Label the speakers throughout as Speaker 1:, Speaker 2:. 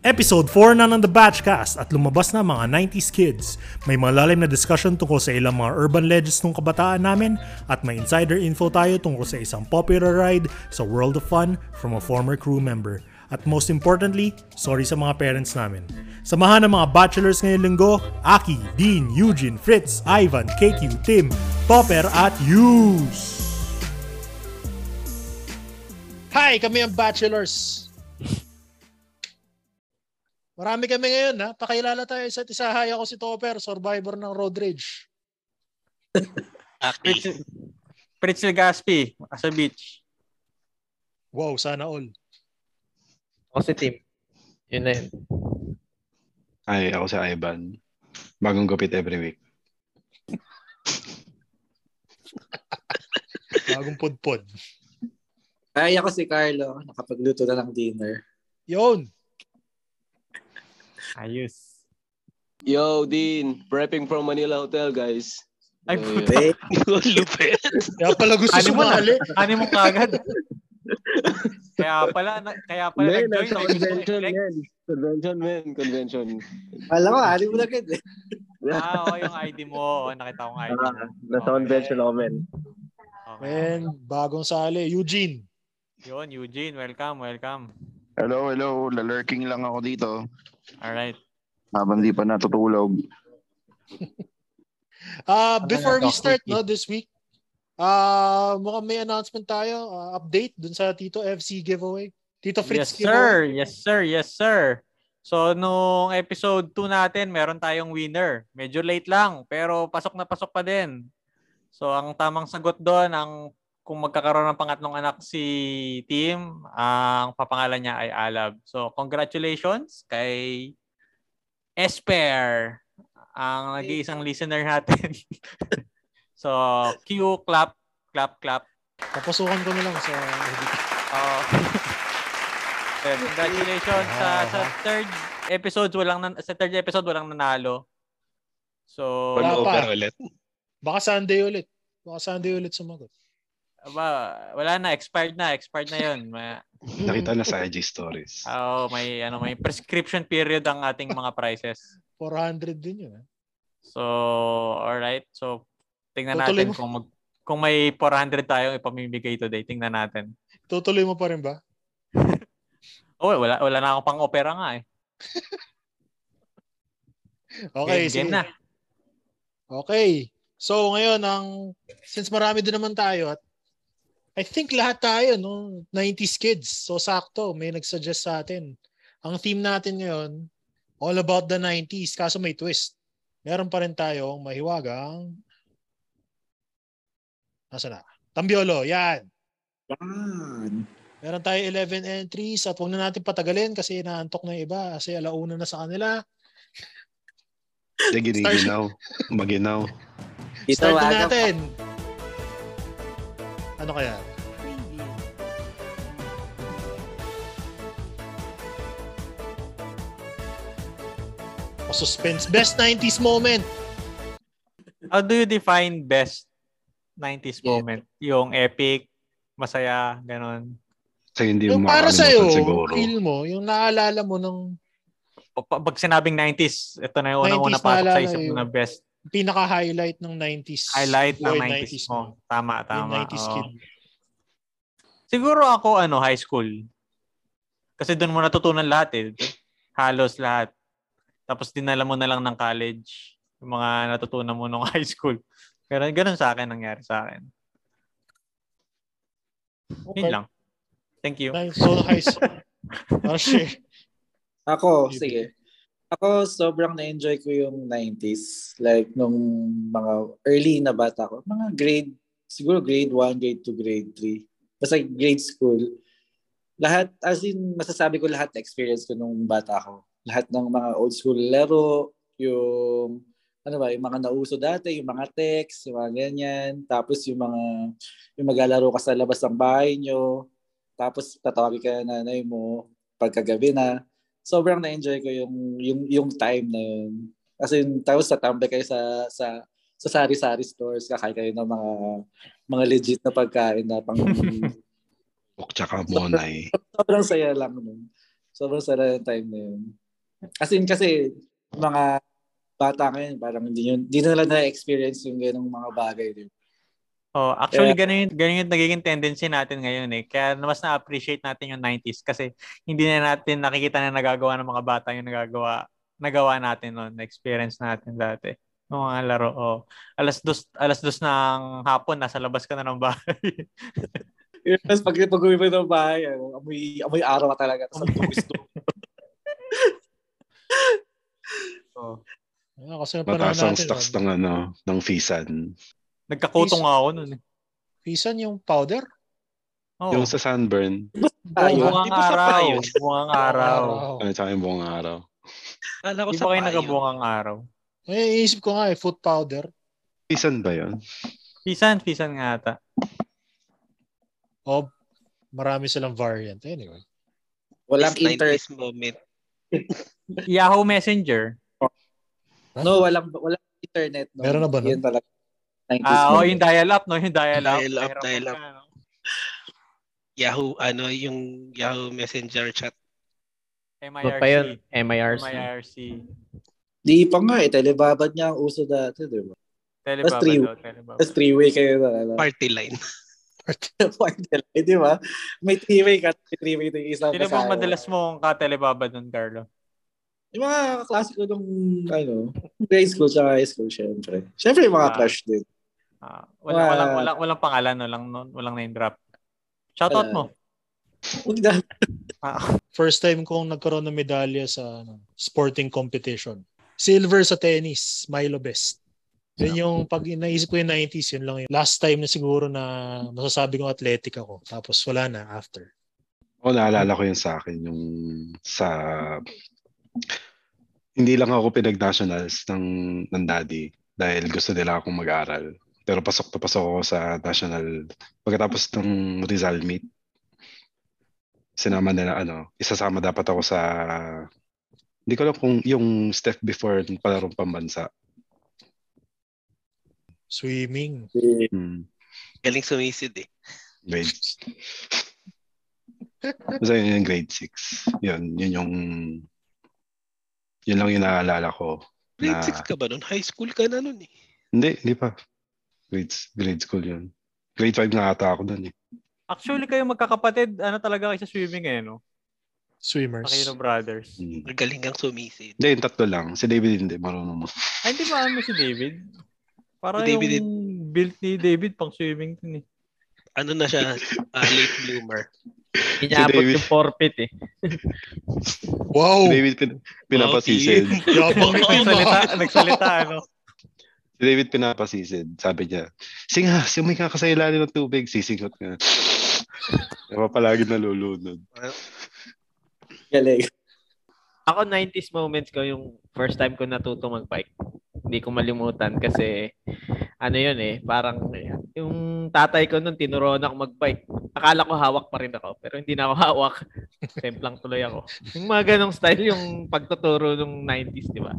Speaker 1: Episode 4 na ng The Batchcast at lumabas na mga 90s kids. May malalim na discussion tungkol sa ilang mga urban legends ng kabataan namin at may insider info tayo tungkol sa isang popular ride sa World of Fun from a former crew member. At most importantly, sorry sa mga parents namin. Samahan ng mga bachelors ngayong linggo, Aki, Dean, Eugene, Fritz, Ivan, KQ, Tim, Topper at Yus! Hi! Kami ang bachelors! Marami kami ngayon ha. Pakilala tayo isa't isa. Hi, ako si Topper, survivor ng road rage.
Speaker 2: Aki.
Speaker 3: Pritz, Pritz Legaspi, as a beach.
Speaker 1: Wow, sana all.
Speaker 4: Ako si Tim. Yun na yun.
Speaker 2: Ay, ako si Ivan. Bagong gupit every week.
Speaker 1: Bagong pudpod.
Speaker 5: Ay, ako si Carlo. Nakapagluto na ng dinner.
Speaker 1: Yun.
Speaker 4: Ayos.
Speaker 6: Yo, Dean. Prepping from Manila Hotel, guys.
Speaker 4: Ay,
Speaker 6: So,
Speaker 4: puta.
Speaker 6: yun.
Speaker 5: Hey,
Speaker 2: Lupit.
Speaker 1: Kaya pala gusto
Speaker 4: Ano mo
Speaker 1: sumali.
Speaker 4: Ano mo kagad? kaya pala, na, kaya pala
Speaker 6: Man,
Speaker 4: nag-join.
Speaker 6: nasa
Speaker 4: may gusto
Speaker 6: convention,
Speaker 4: i-flex.
Speaker 6: man. Convention, man. Convention.
Speaker 5: alam ko, ali mo na agad eh.
Speaker 4: Ah, oo, yung ID mo. Oo, nakita ko ng ID mo.
Speaker 6: Ah, nasa convention ako, man.
Speaker 4: Okay.
Speaker 1: Man, bagong sali. Eugene.
Speaker 4: Yun, Eugene, welcome, welcome.
Speaker 2: Hello, hello. Lalurking lang ako dito.
Speaker 4: Alright.
Speaker 2: Habang di pa natutulog.
Speaker 1: Uh, before we
Speaker 4: Ano na,
Speaker 1: start
Speaker 4: Doc
Speaker 1: no, this week, uh, mukhang may announcement tayo. uh, update dun sa Tito FC giveaway. Tito Fritz
Speaker 4: yes, sir. Yes, sir. Yes, sir. So, nung episode 2 natin, meron tayong winner. Medyo late lang, pero pasok na pasok pa din. So, ang tamang sagot doon, ang kung magkakaroon ng pangatlong anak si Tim, ang papangalan niya ay Alab. So, congratulations kay Esper, ang nag-iisang listener natin. so, cue, clap, clap, clap.
Speaker 1: giveaway. Papasukan ko na lang sa...
Speaker 4: Oo. Sir, Oh. congratulations sa sa third episode walang nan- sa third episode walang nanalo. So
Speaker 1: Wala pa.
Speaker 3: Over ulit.
Speaker 1: Baka Sunday ulit. Baka Sunday ulit sumagot.
Speaker 4: aba, wala na expired na, expired na 'yon.
Speaker 2: Nakita na sa IG stories.
Speaker 4: Oh, may ano may prescription period ang ating mga prices.
Speaker 1: 400 din yun. Eh.
Speaker 4: So, all right. So tingnan
Speaker 1: Tutuloy mo.
Speaker 4: natin kung mag, kung may 400 tayong ipamimigay today, tingnan natin.
Speaker 1: Tutuloy mo pa rin ba?
Speaker 4: Oh, wala wala na akong pang-opera nga eh.
Speaker 1: Okay, sige.
Speaker 4: game, game na.
Speaker 1: Okay. So ngayon ang since marami din naman tayo at I think lahat tayo no 90s kids. So sakto, may nagsuggest sa atin. Ang theme natin ngayon all about the 90s kaso may twist. Meron pa rin tayong mahiwagang Nasaan na? Tambiolo, yan.
Speaker 5: Yan.
Speaker 1: Meron tayo 11 entries at huwag na natin patagalin kasi inaantok na yung iba kasi alauna na sa kanila.
Speaker 2: Sige,
Speaker 1: Start-
Speaker 2: ginaw. Maginaw.
Speaker 1: Start na
Speaker 5: Ginawagan
Speaker 1: natin. Ano kaya? O suspense. Best 90s moment.
Speaker 4: How do you define best 90s
Speaker 5: Yeah.
Speaker 4: moment? Yung epic, masaya, ganon.
Speaker 2: Sa hindi
Speaker 1: Yung
Speaker 2: mo
Speaker 1: para sa'yo,
Speaker 2: makakalimutan siguro.
Speaker 1: feel mo, yung naalala mo ng
Speaker 4: Pag- Pag pag sinabing 90s, ito na yung unang-una
Speaker 1: 90s
Speaker 4: pasok sa
Speaker 1: naalala
Speaker 4: isip ko
Speaker 1: yun.
Speaker 4: na best
Speaker 1: pinaka-highlight ng 90s.
Speaker 4: highlight ng
Speaker 1: Boy,
Speaker 4: 90s mo. Tama,
Speaker 1: Yung
Speaker 4: tama.
Speaker 1: 90s
Speaker 4: oo.
Speaker 1: kid.
Speaker 4: Siguro ako, ano, high school. Kasi doon mo natutunan lahat eh. Halos lahat. Tapos dinala mo na lang ng college yung mga natutunan mo nung high school. Pero ganun sa akin nangyari sa akin.
Speaker 1: Okay.
Speaker 4: Yun lang. Thank you.
Speaker 1: Nice. So, high school. Parang shit.
Speaker 5: Ako, sige. Ako, sobrang na-enjoy ko yung 90s. Like, nung mga early na bata ko. Mga grade, siguro grade 1, grade 2, grade 3. Basta grade school. Lahat, as in, masasabi ko lahat na experience ko nung bata ko. Lahat ng mga old school laro, yung, ano ba, yung mga nauso dati, yung mga text, yung mga ganyan. Tapos yung mga, yung maglalaro ka sa labas ng bahay nyo. Tapos tatawagin ka na nanay mo pagkagabi na sobrang na-enjoy ko yung yung yung time na yun. As in, tapos tatambay kayo sa sa sa sari-sari stores, kakain kayo ng mga mga legit na pagkain na pang
Speaker 2: Tok tsaka Monay.
Speaker 5: sobrang saya lang nun. Sobrang saya ng time na yun. As in, kasi mga bata ngayon, parang hindi, yun, hindi na nila na-experience yung ganong mga bagay. Di ba?
Speaker 4: Oh, actually, ganun, yung, ganun yung nagiging tendency natin ngayon eh. Kaya mas na-appreciate natin yung 90s kasi hindi na natin nakikita na nagagawa ng mga bata yung nagagawa, nagawa natin noon, na-experience natin dati. Noong mga laro, oh. Alas dos, alas dos ng hapon, nasa labas ka na ng bahay.
Speaker 5: Yun, Tapos pag pag-uwi mo ng bahay, ano, amoy, amoy araw ka talaga. Tapos ang tubis doon.
Speaker 7: Ah, kasi yung panahon
Speaker 2: Mataas ang
Speaker 7: natin.
Speaker 2: stocks
Speaker 7: ah,
Speaker 2: ng ano, ng Fisan.
Speaker 4: Nagkakutong ako noon eh.
Speaker 7: Pisan yung powder.
Speaker 4: Oh,
Speaker 2: Yung sa Sunburn,
Speaker 5: Tayo.
Speaker 4: buwang
Speaker 6: Di ba sa
Speaker 4: araw.
Speaker 6: payo?
Speaker 4: Buwang araw.
Speaker 2: ano tsaka yung buong araw.
Speaker 6: Kala ko
Speaker 4: Di
Speaker 6: sa
Speaker 4: ba kayo
Speaker 6: payo.
Speaker 4: nagabuwang araw?
Speaker 7: Eh, iisip ko nga eh, foot powder.
Speaker 2: Fisan ba yun?
Speaker 4: Pisan, pisan nga ata.
Speaker 7: O, marami silang variant. Anyway.
Speaker 5: Walang
Speaker 6: This 90s
Speaker 5: internet.
Speaker 6: moment.
Speaker 4: Yahoo Messenger.
Speaker 5: No, walang, walang internet. No.
Speaker 7: Meron na ba nun?
Speaker 5: Yun talaga. 90s
Speaker 4: Ah, oh,
Speaker 5: moment.
Speaker 4: yung dial-up, no? Yung dial-up.
Speaker 6: Dial-up,
Speaker 4: Mahirap
Speaker 6: dial-up.
Speaker 4: ka, no?
Speaker 6: Yahoo, ano, yung Yahoo Messenger chat.
Speaker 8: Ano
Speaker 4: MIRC.
Speaker 8: pa yun? MIRC.
Speaker 4: MIRC.
Speaker 5: Di pa nga eh, telebabad niya ang uso dati, di ba?
Speaker 4: Telebaba
Speaker 5: three-
Speaker 4: daw, telebaba.
Speaker 5: Tapos three-way kayo talaga.
Speaker 6: Party line.
Speaker 5: Party lang, eh, di ba? May three-way ka, may three-way na yung isang
Speaker 4: Sino
Speaker 5: kasama.
Speaker 4: bang madalas mong ka-telebaba nun, Carlo?
Speaker 5: Yung mga klase ko nung, ano, grade school tsaka high school, syempre. Syempre yung mga
Speaker 4: Ah.
Speaker 5: crush din.
Speaker 4: Ah, walang,
Speaker 5: Wala.
Speaker 4: walang, walang, walang pangalan, walang, walang name drop. Shoutout
Speaker 5: Wala.
Speaker 4: mo.
Speaker 5: Huwag na.
Speaker 7: First time kong nagkaroon ng medalya sa ano, sporting competition. Silver sa tennis, Milo Best. Yun yung pag naisip ko yung 90s, yun lang yung last time na siguro na masasabi kong athletic ako. Tapos wala na after.
Speaker 2: O, naalala ko yun sa akin, yung sa... Hindi lang ako pinag-nationals ng, ng daddy dahil gusto nila akong mag-aral. Pero pasok na pasok ako sa national. Pagkatapos ng Rizal meet, sinama nila ano, isasama dapat ako sa... Hindi ko alam kung yung step before ng palarong pambansa.
Speaker 7: Swimming.
Speaker 2: Hmm.
Speaker 6: Galing sumisid eh.
Speaker 2: Grade. Basta yun yung grade 6. Yun, yun yung... Yun lang yung naalala ko.
Speaker 6: Grade
Speaker 2: Na-
Speaker 6: 6 ka ba nun? High school ka na nun eh.
Speaker 2: Hindi, hindi pa. Grade, grade school yun. Grade 5 na ata ako dun eh.
Speaker 4: Actually, kayo magkakapatid, ano talaga kayo sa swimming eh, no?
Speaker 7: Swimmers.
Speaker 4: Aquino Brothers.
Speaker 2: Hmm.
Speaker 6: Magaling kang sumisid.
Speaker 2: Hindi, yung tatlo lang. Si David hindi, marunong mo.
Speaker 4: Ay, hindi ba ano si David? Para
Speaker 6: Si
Speaker 4: yung
Speaker 6: David
Speaker 4: built ni David pang swimming din eh.
Speaker 6: Ano na siya? ah, late bloomer.
Speaker 8: Inaabot
Speaker 2: David.
Speaker 8: yung forfeit eh.
Speaker 2: Si
Speaker 7: Wow!
Speaker 2: David pin- pinapasisid.
Speaker 7: Yabang
Speaker 6: Oo,
Speaker 7: nito.
Speaker 4: Nagsalita, nagsalita, ano?
Speaker 2: Si David pinapasisid. Sabi niya, Singa, sumay ka ka sa ilalim ng tubig. Sisingot ka. Diba palagi nalulunod.
Speaker 5: Galing.
Speaker 8: Ako 90s moments ko yung first time ko natuto magbike. Hindi ko malimutan kasi ano yun eh, parang yung tatay ko nun tinuruan ako magbike. Akala ko hawak pa rin ako pero hindi na ako hawak. Templang tuloy ako. Yung mga ganong style yung pagtuturo nung 90s, di ba?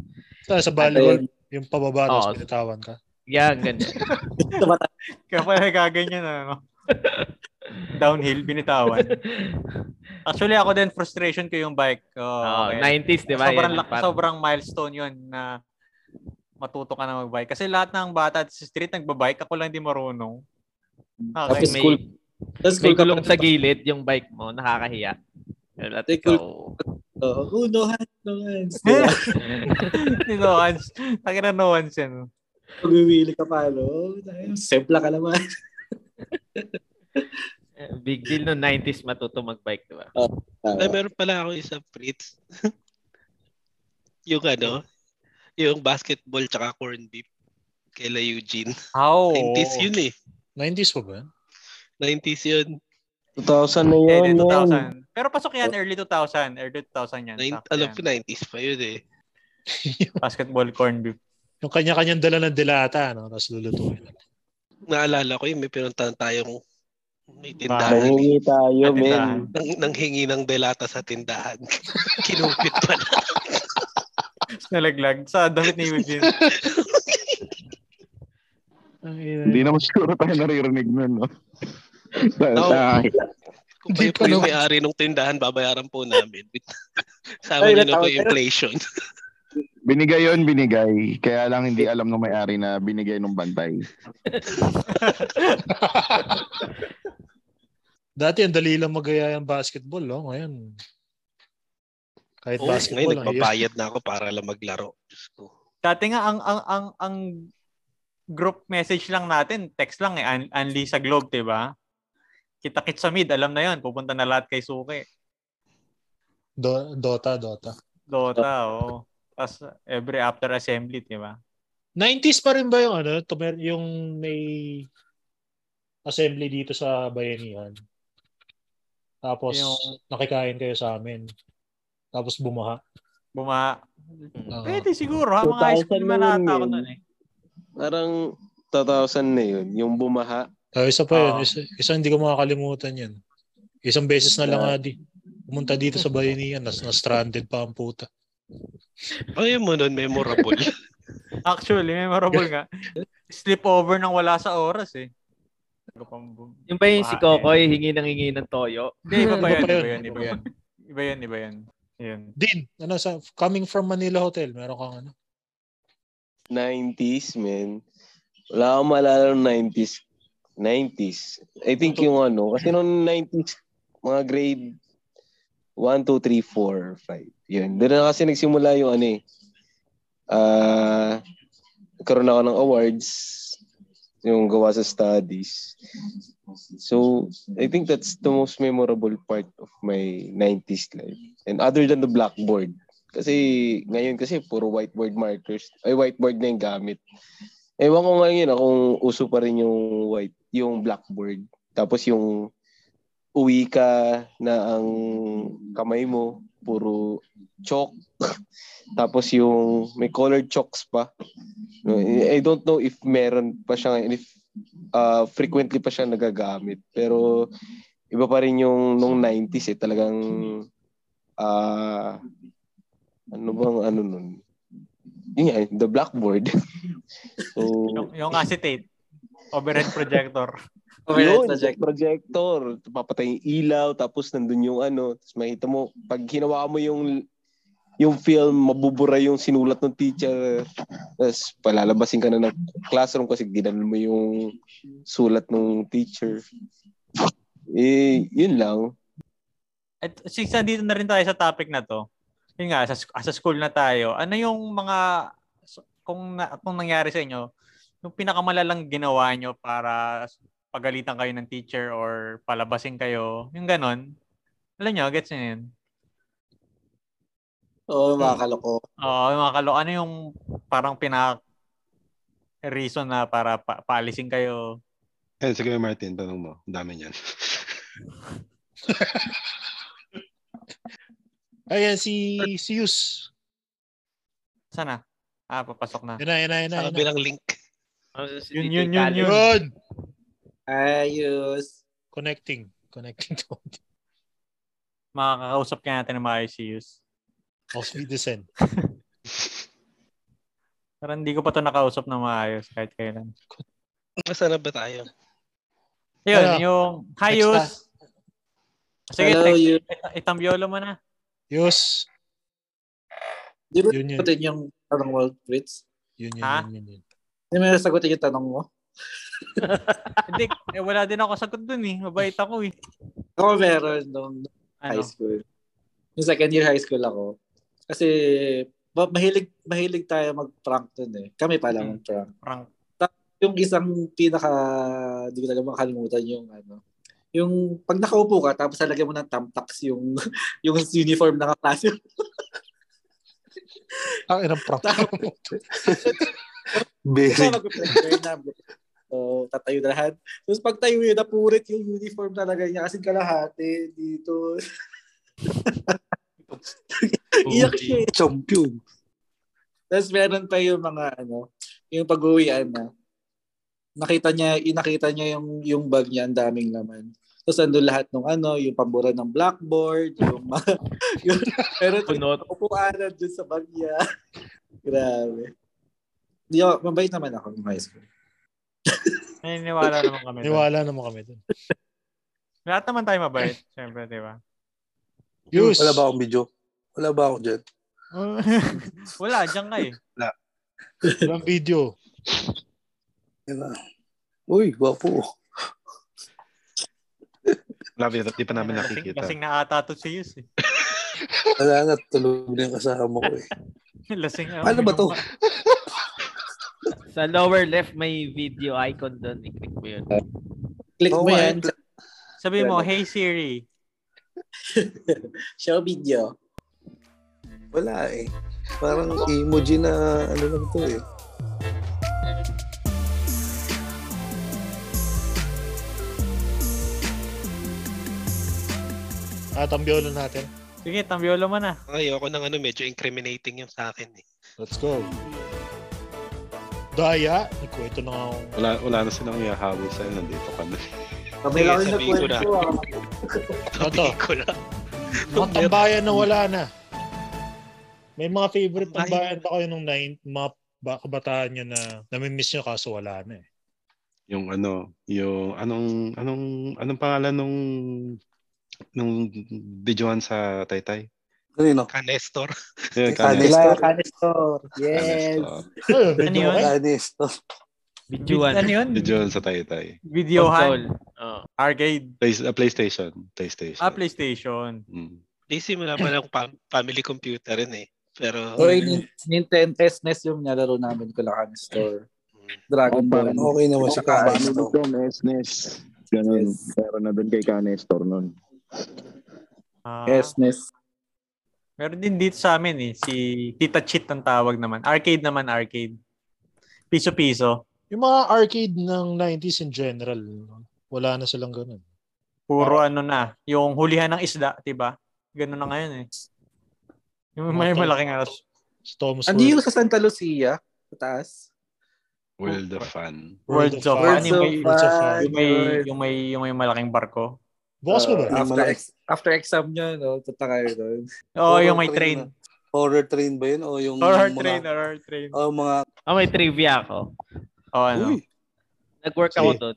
Speaker 7: Sa volleyball, yung pababa tapos
Speaker 8: Oo.
Speaker 7: pinitawan ka.
Speaker 8: Yeah, ang ganda.
Speaker 4: Kaya pala gaganyan, ano? Downhill, binitawan. Actually, ako din, frustration ko yung bike. Oh,
Speaker 8: Oo,
Speaker 4: okay.
Speaker 8: 90s, Ah, di ba?
Speaker 4: sobrang,
Speaker 8: Yan,
Speaker 4: lak-
Speaker 8: parang-
Speaker 4: sobrang milestone yun na matuto ka na magbike. Kasi lahat ng bata sa street nagbabike, ako lang di marunong.
Speaker 5: Tapos
Speaker 4: Okay.
Speaker 8: may-
Speaker 5: school. Tapos
Speaker 8: May
Speaker 5: school ka
Speaker 8: gulong
Speaker 5: pa-
Speaker 8: sa gilid yung bike mo, nakakahiya. Well, at
Speaker 5: May
Speaker 8: ikaw,
Speaker 5: Oh, oh, no hands, no hands. Di ba?
Speaker 4: Ni no one's. Takin na no one's yan.
Speaker 5: Pagwiwili ka pa, no? Sempla ka naman.
Speaker 8: eh, big deal no 90s matuto magbike, di ba?
Speaker 5: Oh,
Speaker 6: Ay, meron pala ako isa, Fritz. yung ano, yung basketball tsaka corn beef kay La Eugene.
Speaker 4: How?
Speaker 6: 90s yun eh.
Speaker 7: 90s pa ba?
Speaker 6: 90s yun.
Speaker 5: 2,000 na
Speaker 4: Eh,
Speaker 8: Oh,
Speaker 4: di, 2000. Pero pasok yan, early 2000. Early 2000 yan.
Speaker 6: Nine,
Speaker 4: sakto
Speaker 6: alam
Speaker 4: yan.
Speaker 6: ko 90s pa yun eh.
Speaker 4: Basketball corn beef.
Speaker 7: Yung kanya-kanyang dala ng dilata, no? Tapos lulutuin.
Speaker 6: Naalala ko yun, may pinuntahan tayong may tindahan. eh.
Speaker 5: Nangingi tayo,
Speaker 8: Ano
Speaker 4: At tindahan.
Speaker 5: men.
Speaker 6: Nang, nang hingi ng delata sa tindahan. Kinupit pa na.
Speaker 4: Tapos nalaglag sa damit ni Eugene.
Speaker 2: Hindi naman siguro tayo naririnig nun, no? Sa, sa,
Speaker 6: Kung
Speaker 7: Hindi
Speaker 6: kayo po
Speaker 7: pa
Speaker 6: yung
Speaker 7: naman.
Speaker 6: may-ari ng tindahan, babayaran po namin. Sama
Speaker 5: Ay,
Speaker 6: niyo na po
Speaker 5: natawag
Speaker 6: yung inflation.
Speaker 9: Binigay yon binigay. Kaya lang hindi alam ng may-ari na binigay nung bantay.
Speaker 7: Dati ang dali lang magaya yung basketball, oh. Ngayon, kahit
Speaker 6: Oo, eh,
Speaker 7: basketball
Speaker 6: ngayon
Speaker 7: lang. hirap.
Speaker 6: nagpapayad na ako para lang maglaro. Diyos ko.
Speaker 4: Dati nga ang ang ang ang group message lang natin, text lang eh, an- Anli sa Globe, 'di ba? Kita-kit sa mid, alam na 'yon, pupunta na lahat kay Suki.
Speaker 7: Do- Dota, Dota.
Speaker 4: Dota, oh. Tapos every after assembly, 'di ba?
Speaker 7: 90s pa rin ba yung ano, tumer- yung may assembly dito sa bayanihan? Tapos
Speaker 4: Yung-
Speaker 7: nakikain kayo sa amin. Tapos bumaha. Ah.
Speaker 4: Buma
Speaker 7: Oo.
Speaker 4: Pwede siguro, ha? Mga high school
Speaker 10: 2000
Speaker 4: man
Speaker 10: na yun
Speaker 4: ata ako
Speaker 10: yun.
Speaker 4: nun eh.
Speaker 10: Parang 2000 na yun, yung bumaha.
Speaker 7: Ah, isa pa yun.
Speaker 4: Oo.
Speaker 7: Isa, isa hindi ko makakalimutan yun. Isang beses na lang nga di. Pumunta dito sa bayanihan. Nas, na-stranded pa ang puta.
Speaker 6: Ayun Oh, mo nun, memorable.
Speaker 4: Actually, memorable nga. Sleepover nang wala sa oras eh. Hindi ko pa bu-
Speaker 8: Yung ba yung si
Speaker 4: Ah, eh.
Speaker 8: Kokoy, hingi ng hingi ng toyo?
Speaker 4: Hindi, iba pa
Speaker 7: Iba
Speaker 4: yun,
Speaker 7: pa
Speaker 4: iba
Speaker 7: yun.
Speaker 4: yun, iba yun. Iba yun, iba yun. Yun.
Speaker 7: Din, ano, sa, coming from Manila Hotel, meron kang ano?
Speaker 10: 90s, man. Wala akong maalala ng 90s. 90s. I think yung ano, kasi noong 90s, mga grade 1, 2, 3, 4, 5. Yun. Doon na kasi nagsimula yung ano eh. Ah, nagkaroon ako ng awards. Yung gawa sa studies. So, I think that's the most memorable part of my 90s life. And other than the blackboard. Kasi ngayon kasi puro whiteboard markers. Ay, whiteboard na yung gamit. Ewan ko ngayon ah, kung uso pa rin yung white, yung blackboard. Tapos yung uwi ka na ang kamay mo, puro chalk. Tapos yung may colored chalks pa. No, I I don't know if meron pa siya ngayon, if ah, frequently pa siya nagagamit. Pero iba pa rin yung nung 90s eh, talagang ah ano bang ano nun? Yun nga, the blackboard. so,
Speaker 4: Yung, yung acetate. Overhead projector.
Speaker 5: Overhead
Speaker 10: yun,
Speaker 5: project.
Speaker 10: projector. Papatay yung ilaw, tapos nandun yung ano. Tapos makita mo, pag hinawa mo yung yung film, mabubura yung sinulat ng teacher. Tapos palalabasin ka na ng classroom kasi dinalo mo yung sulat ng teacher. Eh, yun lang.
Speaker 4: At since nandito na rin tayo sa topic na to, yun nga, as a, as a school na tayo, ano yung mga, so- kung, na, kung nangyari sa inyo, yung pinakamalalang ginawa nyo para pagalitan kayo ng teacher or palabasin kayo, yung ganon. Alam nyo, gets nyo yun?
Speaker 5: Oo, mga kaloko.
Speaker 4: Oo, yung mga kalo, ano yung parang pinak reason na para pa- paalisin kayo?
Speaker 2: Eh, sige Martin, tanong mo. Ang dami niyan.
Speaker 7: Ayan, si, si Yus.
Speaker 4: Sana? Ah, papasok na.
Speaker 7: Yan na, yan na, yan na.
Speaker 6: Sa
Speaker 7: Yan na.
Speaker 6: kabilang link.
Speaker 8: Ano
Speaker 4: Yun, yun, yun, yun.
Speaker 7: Good!
Speaker 5: Ayos.
Speaker 7: Connecting. Connecting to
Speaker 4: Makakausap ka natin ng maayos si Yus.
Speaker 7: of citizen.
Speaker 4: Pero hindi ko pa to nakausap na maayos kahit kailan.
Speaker 6: Masarap ba tayo?
Speaker 4: Yun,
Speaker 7: Ano?
Speaker 4: yung hi
Speaker 7: Next
Speaker 4: Yus! Sige,
Speaker 5: Hello,
Speaker 4: text,
Speaker 5: you.
Speaker 4: itambiolo mo na.
Speaker 7: Yus.
Speaker 5: Di ba
Speaker 7: Yun, yun.
Speaker 5: sagutin yung tanong mo, Fritz?
Speaker 7: Yun, yun,
Speaker 4: Ha?
Speaker 7: yun, yun, yun.
Speaker 5: Hindi mo nasagutin yung tanong mo?
Speaker 4: Hindi, eh, wala din ako sagot dun eh. Mabait ako eh.
Speaker 5: Ako meron nung
Speaker 4: Ano?
Speaker 5: high school. Yung second year high school ako. Kasi ma- mahilig mahilig tayo mag-prank dun eh. Kami
Speaker 8: Mm.
Speaker 5: pa lang mag-prank.
Speaker 4: Prank.
Speaker 5: Ta- yung isang pinaka hindi ko talaga makalimutan yung ano. Yung pag nakaupo ka tapos lalagyan mo ng tampaks yung yung uniform ng kaklase.
Speaker 7: Ang Ah, inang prank.
Speaker 5: So,
Speaker 2: Basic.
Speaker 5: mag-prepare na. So, tatayo na lahat. Tapos pag tayo yun, napurit yung uniform talaga niya kasi kalahati dito. Iyak siya eh.
Speaker 2: Champion.
Speaker 5: Tapos meron pa yung mga ano, yung pag-uwian na. Nakita niya, inakita niya yung yung bag niya, ang daming laman. Tapos andun lahat ng ano, yung pambura ng blackboard, yung mga, yung, pero
Speaker 8: Kunot.
Speaker 5: upuan dun sa bag niya. Grabe. Di ako, mabait naman ako ng high school.
Speaker 4: Naniniwala naman kami. dun.
Speaker 7: Niwala naman kami dun.
Speaker 4: Lahat naman tayo mabait. Siyempre, di ba?
Speaker 7: Yus.
Speaker 11: Wala ba akong video? Wala ba ako dyan?
Speaker 4: Wala, dyan ka eh.
Speaker 7: Walang video.
Speaker 11: Yan na. Uy, gwapo.
Speaker 2: Love you. Di pa namin
Speaker 4: Lasing,
Speaker 2: nakikita.
Speaker 4: lasing na ata to si Yus eh.
Speaker 11: Wala na, tulog na yung kasama ko eh.
Speaker 4: Lasing. ah,
Speaker 11: Paano ba to?
Speaker 4: minum-
Speaker 8: Sa lower left, may video icon doon. I-click mo yun.
Speaker 5: Click
Speaker 11: Oo
Speaker 5: mo
Speaker 11: nga,
Speaker 5: yan.
Speaker 4: Sabi mo, hey Siri.
Speaker 5: Show video.
Speaker 11: Wala eh. Parang emoji na ano lang to eh.
Speaker 7: At ang biyolo natin.
Speaker 4: Sige, tambiolo mo na.
Speaker 6: Ayoko nang ano, medyo incriminating yung sa akin eh.
Speaker 7: Let's go. Daya, ikuwento na nga akong
Speaker 2: Wala, wala na silang ihahabol sa'yo. Nandito ka na.
Speaker 6: Sige,
Speaker 5: Kailangan na
Speaker 6: sabihin ko na.
Speaker 5: kwento ah.
Speaker 7: Ano
Speaker 6: Sabihin ko na.
Speaker 7: Mga tambayan na wala na. May mga favorite
Speaker 6: Tambayan.
Speaker 7: tambayan ba kayo nung nine, mga ba- kabataan nyo na namimiss nyo kaso wala na eh.
Speaker 2: Yung ano, yung anong, anong, anong pangalan nung, nung bijuan sa Taytay?
Speaker 11: Kanino?
Speaker 6: Canestor.
Speaker 2: Yung
Speaker 11: Kanis.
Speaker 2: kanis.
Speaker 5: Sila, Canistor. Yes.
Speaker 2: Kanis, oo.
Speaker 7: Ayun,
Speaker 4: Ano
Speaker 7: medyo
Speaker 4: yun?
Speaker 7: wala.
Speaker 11: Kanis to.
Speaker 8: Bijuan.
Speaker 4: Ano yun?
Speaker 2: Bijuan sa Taytay.
Speaker 4: Videohan.
Speaker 8: Oh.
Speaker 4: Arcade.
Speaker 2: Play, ah, PlayStation. PlayStation.
Speaker 4: Ah, PlayStation.
Speaker 2: Mm.
Speaker 6: Easy mo naman ang pa- family computer yun eh. Pero,
Speaker 5: Oy, nin- Nintendo SNES yung nalaro namin ko lang Canistor. Dragon Ball.
Speaker 11: Okay naman si
Speaker 9: Kami
Speaker 11: Kanis to.
Speaker 9: doon, SNES. Ganun.
Speaker 5: Yes.
Speaker 9: Meron na doon kay Canestor nun.
Speaker 4: Ah,
Speaker 5: E SNES.
Speaker 4: Meron din dito sa amin eh. Si Tita Chit ang tawag naman. Arcade naman, arcade. Piso-piso.
Speaker 7: Yung mga arcade ng 90s in general, no? wala na silang ganun.
Speaker 4: Puro
Speaker 11: Oh.
Speaker 4: ano na. Yung hulihan ng isda, di ba? Ganun na ngayon eh. Yung may malaking aras.
Speaker 7: Sa Tom's
Speaker 5: Ano
Speaker 7: World,
Speaker 5: yung sa Santa Lucia? Sa taas?
Speaker 2: World of Fun.
Speaker 4: World of
Speaker 7: Fun.
Speaker 4: Fun. Yung may,
Speaker 7: Worlds of Fun.
Speaker 4: yung may, yung may, yung may malaking barko.
Speaker 7: Bukas mo ba?
Speaker 11: Ah,
Speaker 5: after,
Speaker 11: malaki.
Speaker 5: ex- after exam nyo, no? Punta kayo doon.
Speaker 4: Oo,
Speaker 11: Horror
Speaker 4: yung may train.
Speaker 11: na. Horror train ba yun? O yung
Speaker 4: Horror
Speaker 11: mga,
Speaker 4: train, horror train.
Speaker 11: O mga,
Speaker 8: oh, may trivia ako.
Speaker 4: Oh, ano?
Speaker 11: uy,
Speaker 8: Nag-work ako doon.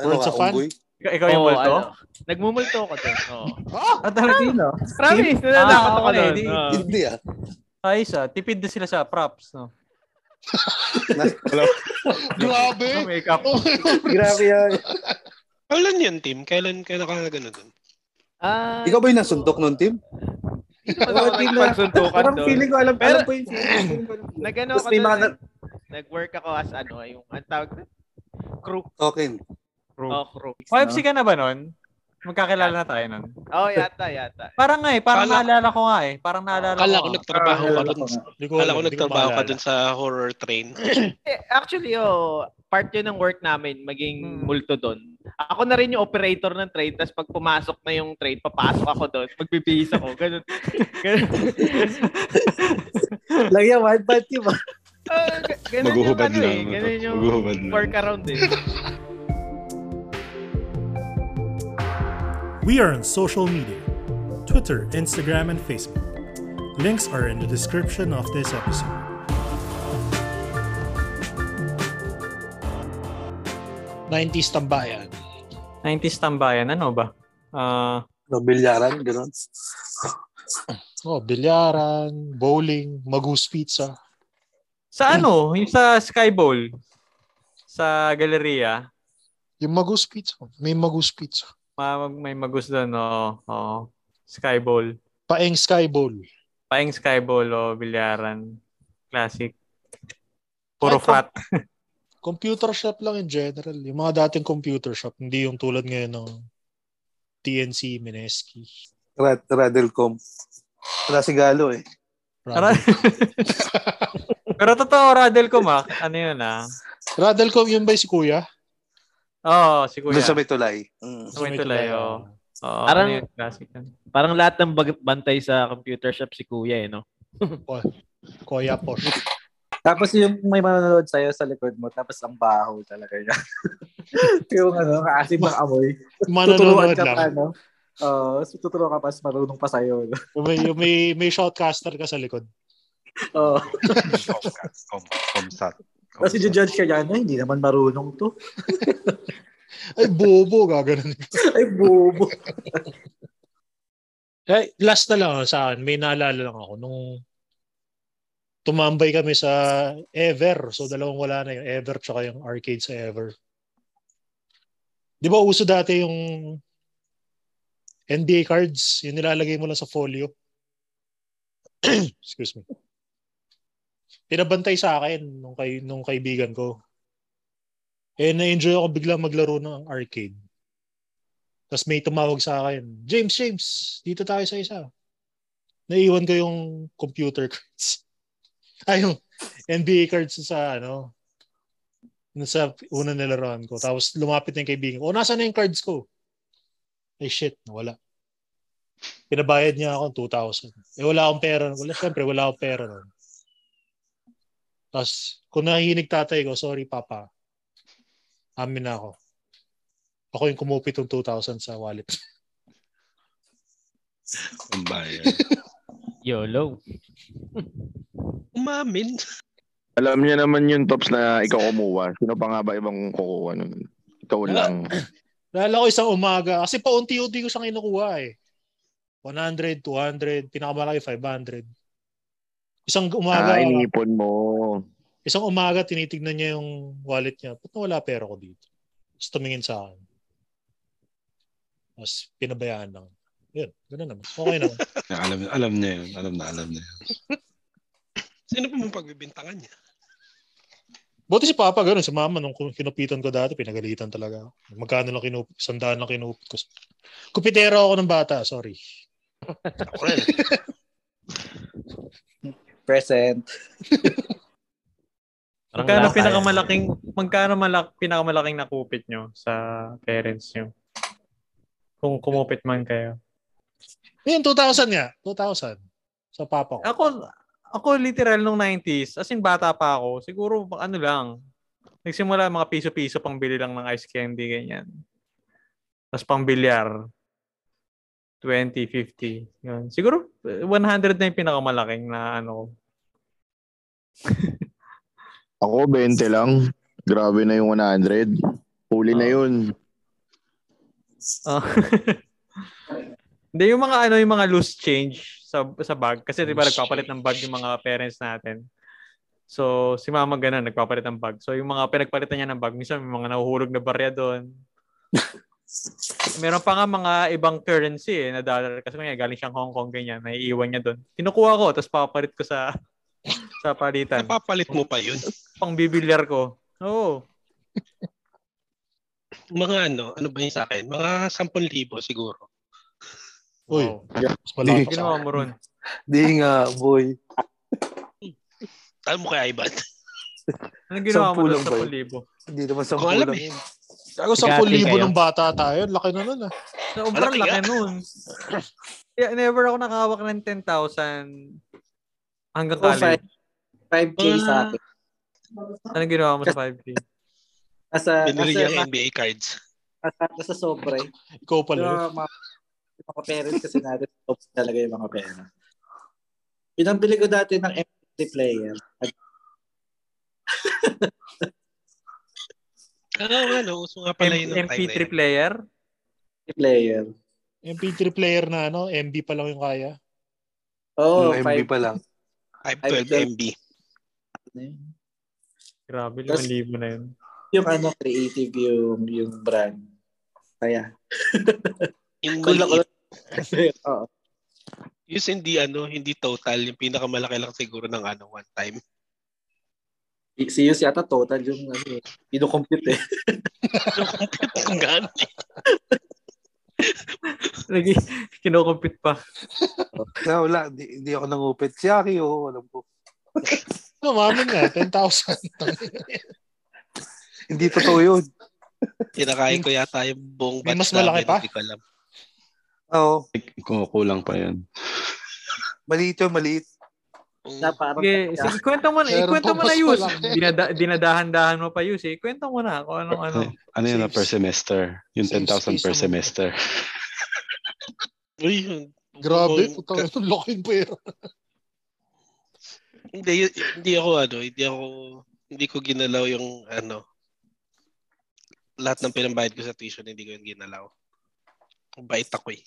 Speaker 11: ano
Speaker 7: Worlds
Speaker 11: ka,
Speaker 7: of Fun?
Speaker 11: unggoy?
Speaker 4: Ikaw, ikaw yung
Speaker 8: Oo,
Speaker 4: multo?
Speaker 8: ano, Nagmumulto ako doon. Oo.
Speaker 4: Ah, talaga?
Speaker 5: Sino?
Speaker 8: Promise, nalalapat
Speaker 4: Ah,
Speaker 8: ako
Speaker 4: okay,
Speaker 8: doon.
Speaker 4: di-
Speaker 8: Oo.
Speaker 11: Hindi ah.
Speaker 4: Ayos ah. Tipid na sila sa props, no? Sa
Speaker 7: Grabe!
Speaker 4: makeup.
Speaker 11: Oh.
Speaker 5: Grabe yan.
Speaker 6: kailan yun, team? Kailan ka nakagano doon?
Speaker 8: Ah,
Speaker 11: Ikaw ba yung nasuntok nun, Tim?
Speaker 8: Hindi naman ako
Speaker 5: Hindi na.
Speaker 8: nakipagsuntukan
Speaker 5: ah, Parang
Speaker 8: doon.
Speaker 5: feeling ko alam,
Speaker 8: Pero-
Speaker 5: alam ko yung feeling. ko alam ko.
Speaker 8: Nag-ano
Speaker 5: Tapos
Speaker 8: ako
Speaker 5: may
Speaker 8: doon.
Speaker 5: mga
Speaker 8: eh. Nag-work ako as ano, yung ang tawag na? Crew.
Speaker 11: Token.
Speaker 8: Oh, crew.
Speaker 4: OFC ka na ba nun? Magkakilala na tayo nun.
Speaker 8: Oh, yata, yata.
Speaker 4: Parang nga eh, parang
Speaker 6: Kala-
Speaker 4: naalala ko nga eh. Parang naalala
Speaker 6: Kala ko
Speaker 4: ko. nga.
Speaker 6: nagtrabaho ka
Speaker 5: Naalala
Speaker 6: doon.
Speaker 5: Ah, ko nga.
Speaker 7: Hindi ko
Speaker 6: Kala ko
Speaker 7: alam, hindi ko
Speaker 6: nagtrabaho ka
Speaker 7: maalala.
Speaker 6: doon sa horror train.
Speaker 8: Eh, actually, oh, part yun ng work namin,
Speaker 4: Mm.
Speaker 8: maging
Speaker 4: Hmm.
Speaker 8: multo doon. Ako na rin yung operator ng trade, tapos pag pumasok na yung trade, papasok ako doon, magbibihis ako, ganun. ganun.
Speaker 5: Lagyan, one part yun ba?
Speaker 8: Ah, ga- ganun yung
Speaker 2: Maguhubad
Speaker 8: ano eh,
Speaker 2: lang.
Speaker 8: ganun yung
Speaker 2: Maguhubad lang.
Speaker 8: workaround eh.
Speaker 1: We are on social media Twitter, Instagram, and Facebook. Links are in the description of this episode.
Speaker 7: Parang 90s tambayan.
Speaker 4: 90s tambayan, ano ba? Ah,
Speaker 11: No, bilyaran, gano'n.
Speaker 7: Oh, bilyaran, bowling, magus pizza.
Speaker 4: sa ano? Yung sa Sky Bowl. Sa galeria.
Speaker 7: Yung magus pizza. May magus pizza.
Speaker 4: Ma- May magus doon, oo. oo. Sky Bowl.
Speaker 7: Paeng Sky Bowl.
Speaker 4: Paing Sky Bowl o bilyaran. Classic. Puro
Speaker 7: Ay, ko-
Speaker 4: flat.
Speaker 7: computer shop lang in general. Yung mga dating computer shop, hindi yung tulad ngayon ng TNC, Mineski.
Speaker 11: Rad, Radelcom. Wala si Galo eh.
Speaker 7: Radel-
Speaker 4: Pero totoo, Radel Kumak. Ano yun ah?
Speaker 7: Radelcom yun ba si Kuya?
Speaker 4: Oo, si Kuya.
Speaker 11: Doon sa may tulay. Mm.
Speaker 4: Sa may tulay, oo. Oo,
Speaker 8: Parang-
Speaker 4: ano yun, classic. yun.
Speaker 8: Parang lahat ng bag- bantay sa computer shop si Kuya eh, no?
Speaker 7: Kuya Posh.
Speaker 5: Tapos yung may manonood sa'yo sa likod mo, tapos ang baho talaga niya. yung ano, kaasim ng amoy. Tuturuan
Speaker 7: Manonood
Speaker 5: ka pa,
Speaker 7: lang.
Speaker 5: no? Oo, so tuturo ka pa, mas marunong pa sa'yo. no?
Speaker 7: Yung may, yung may, may shoutcaster ka sa likod.
Speaker 5: Oo.
Speaker 2: Comsat. Comsat.
Speaker 5: Ah, Tapos i-judge ka yan, "Ay, hindi naman marunong to.
Speaker 7: Ay, bobo, gaganon.
Speaker 5: Ay, bobo.
Speaker 7: Ay, last na lang oh, sa akin. May naalala lang ako. Nung tumambay kami sa Ever. So, dalawang wala na yung Ever tsaka yung arcade sa Ever. Di ba uso dati yung NBA cards? Yung nilalagay mo lang sa folio. Excuse me. Pinabantay sa akin nung, kay, nung kaibigan ko. Eh, na-enjoy ako biglang maglaro ng arcade. Tapos may tumawag sa akin, James, James, dito tayo sa isa. Naiwan ko yung computer cards. Ay, yung NBA cards sa ano, sa una nilaruan ko. Tapos lumapit na yung kaibigan ko, oh, nasa na yung cards ko? Ay, shit, wala. Pinabayad niya ako 2,000. Eh, wala akong pera. Wala, syempre, wala akong pera nun. Tapos, kung nahihinig tatay ko, sorry, papa. Amin na ako. Ako yung kumupit ng 2,000 sa wallet.
Speaker 2: Ang bayan.
Speaker 8: YOLO.
Speaker 6: Umamin.
Speaker 9: Alam niya naman yung tops na ikaw kumuha. Sino pa nga ba ibang kukuha nun? Ikaw lang.
Speaker 7: Lala ko isang umaga. Kasi paunti-unti ko siyang kinukuha eh. 100, 200, pinakamalaki 500. Isang umaga,
Speaker 9: Ah, inipon mo.
Speaker 7: isang umaga tinitignan niya yung wallet niya. Ba't wala pera ko dito? Tapos tumingin sa akin. Tapos pinabayaan lang. Yun, ganun naman. Okay naman.
Speaker 2: Yeah, alam, alam niya yun. Alam na, alam niya yun.
Speaker 6: Sino pa mong pagbibintangan niya?
Speaker 7: Buti si Papa ganun. Si Mama, nung kinupitan ko dati, pinagalitan talaga ako. Magkano lang kinupit? Sandaan lang kinupit ko. Kupitero ako ng bata, sorry.
Speaker 5: Present.
Speaker 4: Magkano
Speaker 8: last-
Speaker 4: pinakamalaking magkano malak pinakamalaking nakupit nyo sa parents nyo? Kung kumupit man kayo.
Speaker 7: Yun, 2,000 nga. 2,000. Sa Papa ko.
Speaker 4: Ako ako literal nung 90s, as in bata pa ako, siguro ano lang, nagsimula mga piso-piso pangbili lang ng ice candy ganyan. Tapos pambilyar 20, 50. Yun. Siguro eh, 100 na yung pinakamalaking na ano. ko.
Speaker 9: Ako, 20 lang. Grabe na yung 100. Huli na yun.
Speaker 4: Ah. Hindi, yung mga ano, yung mga loose change sa sa bag. Kasi di ba
Speaker 7: Loose
Speaker 4: nagpapalit ng bag yung mga parents natin. So, si mama ganun, nagpapalit ng bag. So, yung mga pinagpalitan niya ng bag, minsan may mga nahuhulog na barya doon. Meron pa nga mga ibang currency eh, na dollar. Kasi kanya, galing siyang Hong Kong, ganyan, naiiwan niya doon. Kinukuha ko, tapos papalit ko sa sa palitan.
Speaker 6: Napapalit mo pa yun.
Speaker 4: Pang bibilyar ko. Oo.
Speaker 6: Mga ano, ano ba yun sa akin? Mga 10,000 siguro.
Speaker 7: Uy, mas malapit sa
Speaker 4: Ginawa mo ron.
Speaker 11: Di nga, boy.
Speaker 6: Alam mo kay Ivan?
Speaker 4: Anong ginawa mo
Speaker 11: Sampulang
Speaker 4: doon sa
Speaker 11: ba yun?
Speaker 4: pulibo?
Speaker 11: Hindi naman
Speaker 6: Hindi
Speaker 11: sa
Speaker 6: ko alam eh.
Speaker 7: Ako
Speaker 8: Sigati
Speaker 7: 10,000
Speaker 8: kayo.
Speaker 7: ng bata tayo. Laki na nun ah.
Speaker 4: Sobrang
Speaker 6: Malaki
Speaker 4: laki nun. Yeah, never ako nakahawak ng 10,000 hanggang
Speaker 5: Ako,
Speaker 4: college.
Speaker 5: 5K sa akin.
Speaker 4: Anong ginawa mo sa 5K?
Speaker 5: Nasa,
Speaker 6: Binili eh.
Speaker 5: nasa,
Speaker 6: niya ang NBA cards.
Speaker 5: nasa, nasa sobre.
Speaker 7: Ikaw pala.
Speaker 5: Pero mga, yung mga parents kasi natin, top talaga yung mga pera. Pinambili ko dati ng MP player. At
Speaker 6: Ah, Oo, ano, uso nga pala yun. ng
Speaker 4: MP3
Speaker 6: time na yun.
Speaker 4: player?
Speaker 5: player.
Speaker 7: MP3 player na ano, MB pa lang yung kaya.
Speaker 5: Oo, oh,
Speaker 11: Yung MB
Speaker 5: 5K.
Speaker 11: pa lang.
Speaker 6: 512 MB.
Speaker 4: Grabe,
Speaker 5: Tas-
Speaker 4: 5,000 na yun.
Speaker 5: Yung ano, creative yung, yung brand. Kaya,
Speaker 6: Yung
Speaker 5: Cool ako.
Speaker 6: maliit.
Speaker 5: oo.
Speaker 6: Yun sa hindi ano, hindi total. Yung pinakamalaki lang siguro ng ano, one time.
Speaker 5: Si Yus yata total yung ano, eh, inocompute eh.
Speaker 6: Kung gaano.
Speaker 4: Lagi, kinukumpit pa.
Speaker 11: Na, Ah, wala. Di, di ako nangupit. Si Aki, oo, alam ko.
Speaker 7: Umamin Ano, nga, eh, 10,000.
Speaker 11: Hindi totoo yun.
Speaker 6: Tinakain ko yata yung buong
Speaker 7: May
Speaker 6: batch
Speaker 7: mas malaki
Speaker 6: namin,
Speaker 7: pa?
Speaker 6: Hindi ko alam.
Speaker 11: Oo.
Speaker 2: Kung kulang pa yun.
Speaker 11: Maliit yun, maliit.
Speaker 6: Mm.
Speaker 5: Na parang,
Speaker 4: Sige, sige, kwento mo na.
Speaker 7: Meron
Speaker 4: Ikwento
Speaker 7: pa
Speaker 4: mo na,
Speaker 7: mas
Speaker 4: Yus.
Speaker 7: malaki.
Speaker 4: Dinada, dinadahan-dahan mo pa, Yus. Eh. Kwento mo na kung anong ano.
Speaker 2: Ano yun na
Speaker 7: Saves-
Speaker 2: per semester? Yung
Speaker 7: saves
Speaker 2: 10,000 per
Speaker 7: space naman.
Speaker 2: semester.
Speaker 6: Uy, yun.
Speaker 7: Grabe,
Speaker 6: Oo,
Speaker 7: putang ito, laking pera.
Speaker 6: Hindi, hindi ako ano, hindi ako, hindi ko ginalaw yung ano, lahat ng pinambayad ko sa tuition, hindi ko yun ginalaw. Bait ako eh.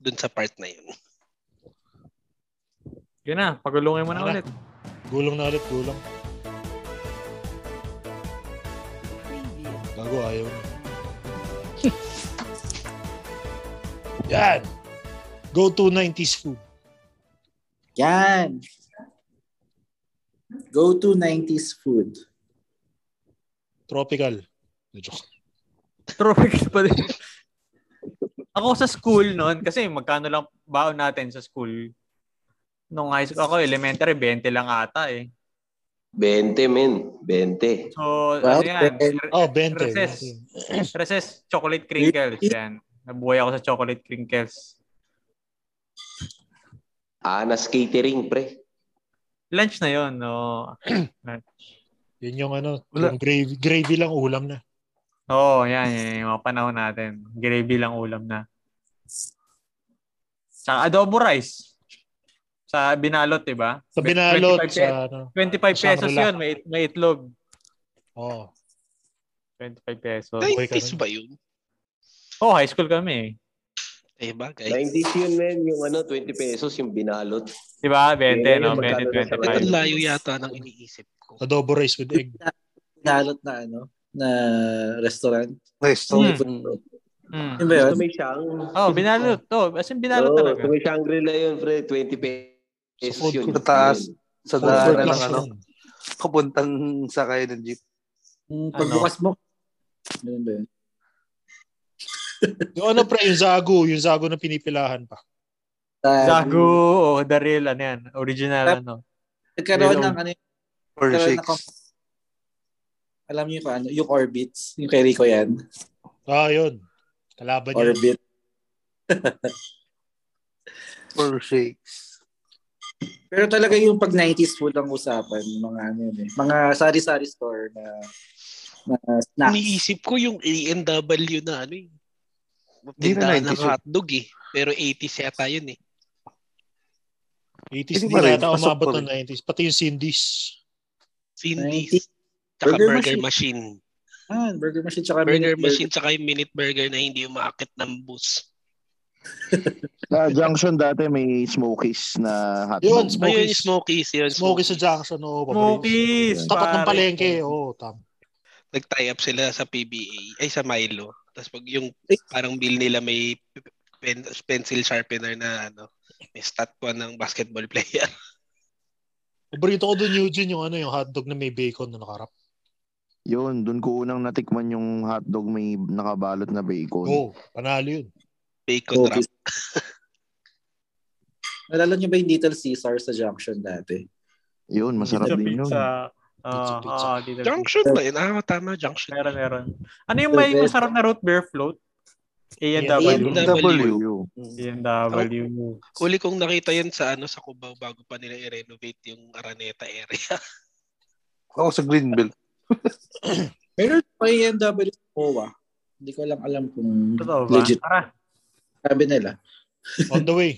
Speaker 6: Doon sa part na yun.
Speaker 4: Yun na, pagulungin mo na
Speaker 7: Tara.
Speaker 4: ulit.
Speaker 7: Gulong na ulit, gulong. Gago, ayaw na. Yan! Go to 90s food.
Speaker 5: Yan. Go to 90s food.
Speaker 7: Tropical. Joke.
Speaker 4: Tropics pa din. ako sa school noon, kasi magkano lang baon natin sa school. Nung high school ako, elementary, 20 lang ata eh.
Speaker 10: 20, men. 20.
Speaker 4: So,
Speaker 10: Wow,
Speaker 4: ano yan?
Speaker 7: Oh, 20.
Speaker 4: Recess. Recess, chocolate crinkles. Yan. Nabuhay ako sa chocolate crinkles.
Speaker 10: Anas Catering, pre.
Speaker 4: Lunch na yon no?
Speaker 7: Yun yung ano, yung gravy, gravy lang ulam na.
Speaker 4: Oo, oh, yan, yan. Yung mga panahon natin. Gravy lang ulam na. Sa adobo rice. Sa binalot, di ba?
Speaker 7: Sa binalot,
Speaker 4: 25
Speaker 7: sa
Speaker 4: pe-
Speaker 7: ano,
Speaker 4: 25 pesos
Speaker 7: Shangri-La.
Speaker 4: yun. May, may itlog.
Speaker 7: Oo.
Speaker 4: 25 pesos.
Speaker 6: 90s ba yun?
Speaker 4: Oo, oh, high school kami.
Speaker 6: Eh, bagay.
Speaker 10: 90s yun, men. Yung ano, 20 pesos yung binalot.
Speaker 4: Di ba? 20,
Speaker 10: Yun,
Speaker 4: no?
Speaker 10: yun, magkano na sa
Speaker 6: Ang
Speaker 4: 20, 25.
Speaker 6: layo yata ng iniisip.
Speaker 7: Adobo rice with egg.
Speaker 5: Pinalot na ano, na restaurant.
Speaker 11: Restaurant.
Speaker 4: Mm.
Speaker 5: Yun ba yun?
Speaker 10: Basta may siyang.
Speaker 4: Oh, binalot. Oh, as in binalot
Speaker 10: Oo,
Speaker 4: talaga.
Speaker 10: so may Shangri-La yun, pre. 20 pesos
Speaker 7: Sa food
Speaker 10: yun.
Speaker 11: Sa taas. Sa
Speaker 7: Food court
Speaker 11: daanan
Speaker 7: lang
Speaker 11: ng
Speaker 7: siya
Speaker 11: ano.
Speaker 7: nun.
Speaker 11: Kapuntang sakay ng jeep.
Speaker 5: Yung
Speaker 4: Ano?
Speaker 5: pagbukas mo. Ganun ba yun?
Speaker 7: Yung ano pre, yung zago, yung zago na pinipilahan pa.
Speaker 5: Tabi.
Speaker 4: Zago, oh, the real, ano yan. Original,
Speaker 5: Tap-
Speaker 4: ano.
Speaker 5: Nagkaroon
Speaker 4: Real
Speaker 5: ng ano,
Speaker 11: Or
Speaker 5: nagkaroon
Speaker 11: shakes.
Speaker 5: ako. Alam niyo kung ano, yung orbits, yung kay Rico yan.
Speaker 7: Ah, yun. Kalaban niya.
Speaker 5: Orbit.
Speaker 11: Or shakes.
Speaker 5: Pero talaga yung pag 90s food ang usapan, yung mga ano yun eh. Mga sari-sari store na na snack.
Speaker 6: Iniisip ko yung A&W na ano eh.
Speaker 11: na
Speaker 6: Tindahan
Speaker 11: 90s
Speaker 6: ng
Speaker 11: yun.
Speaker 6: hotdog eh. Pero 80s yata yun eh.
Speaker 11: Hindi
Speaker 7: 80s hindi
Speaker 11: pa rin,
Speaker 7: yata
Speaker 11: pasok
Speaker 7: umabot
Speaker 11: pa
Speaker 7: ng 90s. Pati yung Cindy's.
Speaker 6: Cindy's. Tsaka
Speaker 5: Burger
Speaker 6: burger, machine.
Speaker 5: Ah, burger machine tsaka
Speaker 6: Burger
Speaker 5: minute
Speaker 6: machine tsaka yung minute burger na hindi umaakit ng bus.
Speaker 9: Sa Ah, junction dati may smokies na hotdog.
Speaker 7: Yun,
Speaker 6: Smokies. Ayun,
Speaker 7: Smokies.
Speaker 6: Smokies. Yun,
Speaker 7: Smoky sa junction, oo. paborito.
Speaker 4: Smokies,
Speaker 7: Tapat ng
Speaker 4: pare.
Speaker 7: palengke, oo. tam.
Speaker 6: Nag-tie up sila sa PBA. Ay, sa Milo. Tapos pag yung
Speaker 5: Eh.
Speaker 6: parang bill nila may pen, pencil sharpener na ano, may statwa ng basketball player.
Speaker 7: Paborito ko dun, Eugene, yung ano, yung hotdog na may bacon na nakarap.
Speaker 9: Yun, doon ko unang natikman yung hotdog may nakabalot na
Speaker 4: Oh.
Speaker 9: bacon.
Speaker 7: Oo, panalo yun.
Speaker 6: Bacon wrap.
Speaker 5: Nalala niyo ba yung Little Caesar sa junction dati?
Speaker 9: Yun, masarap
Speaker 4: Pizza,
Speaker 9: din yun.
Speaker 4: pizza. Oo,
Speaker 7: Pizza, pizza.
Speaker 4: oo, dito.
Speaker 6: Junction ba yun? Ah, tama, junction.
Speaker 4: Meron, meron. Ano yung may
Speaker 5: The best.
Speaker 4: masarap na root beer float? A&W.
Speaker 6: A&W.
Speaker 9: W.
Speaker 4: A&W.
Speaker 6: Huli kong nakita yun sa ano sa Cubao bago pa nila i-renovate yung Araneta area.
Speaker 11: Ako sa Greenbelt.
Speaker 5: Meron pa yung NW OWA. Hindi ko lang alam kung
Speaker 4: Totoo ba?
Speaker 5: legit
Speaker 4: Tara.
Speaker 5: sabi nila.
Speaker 7: On the way.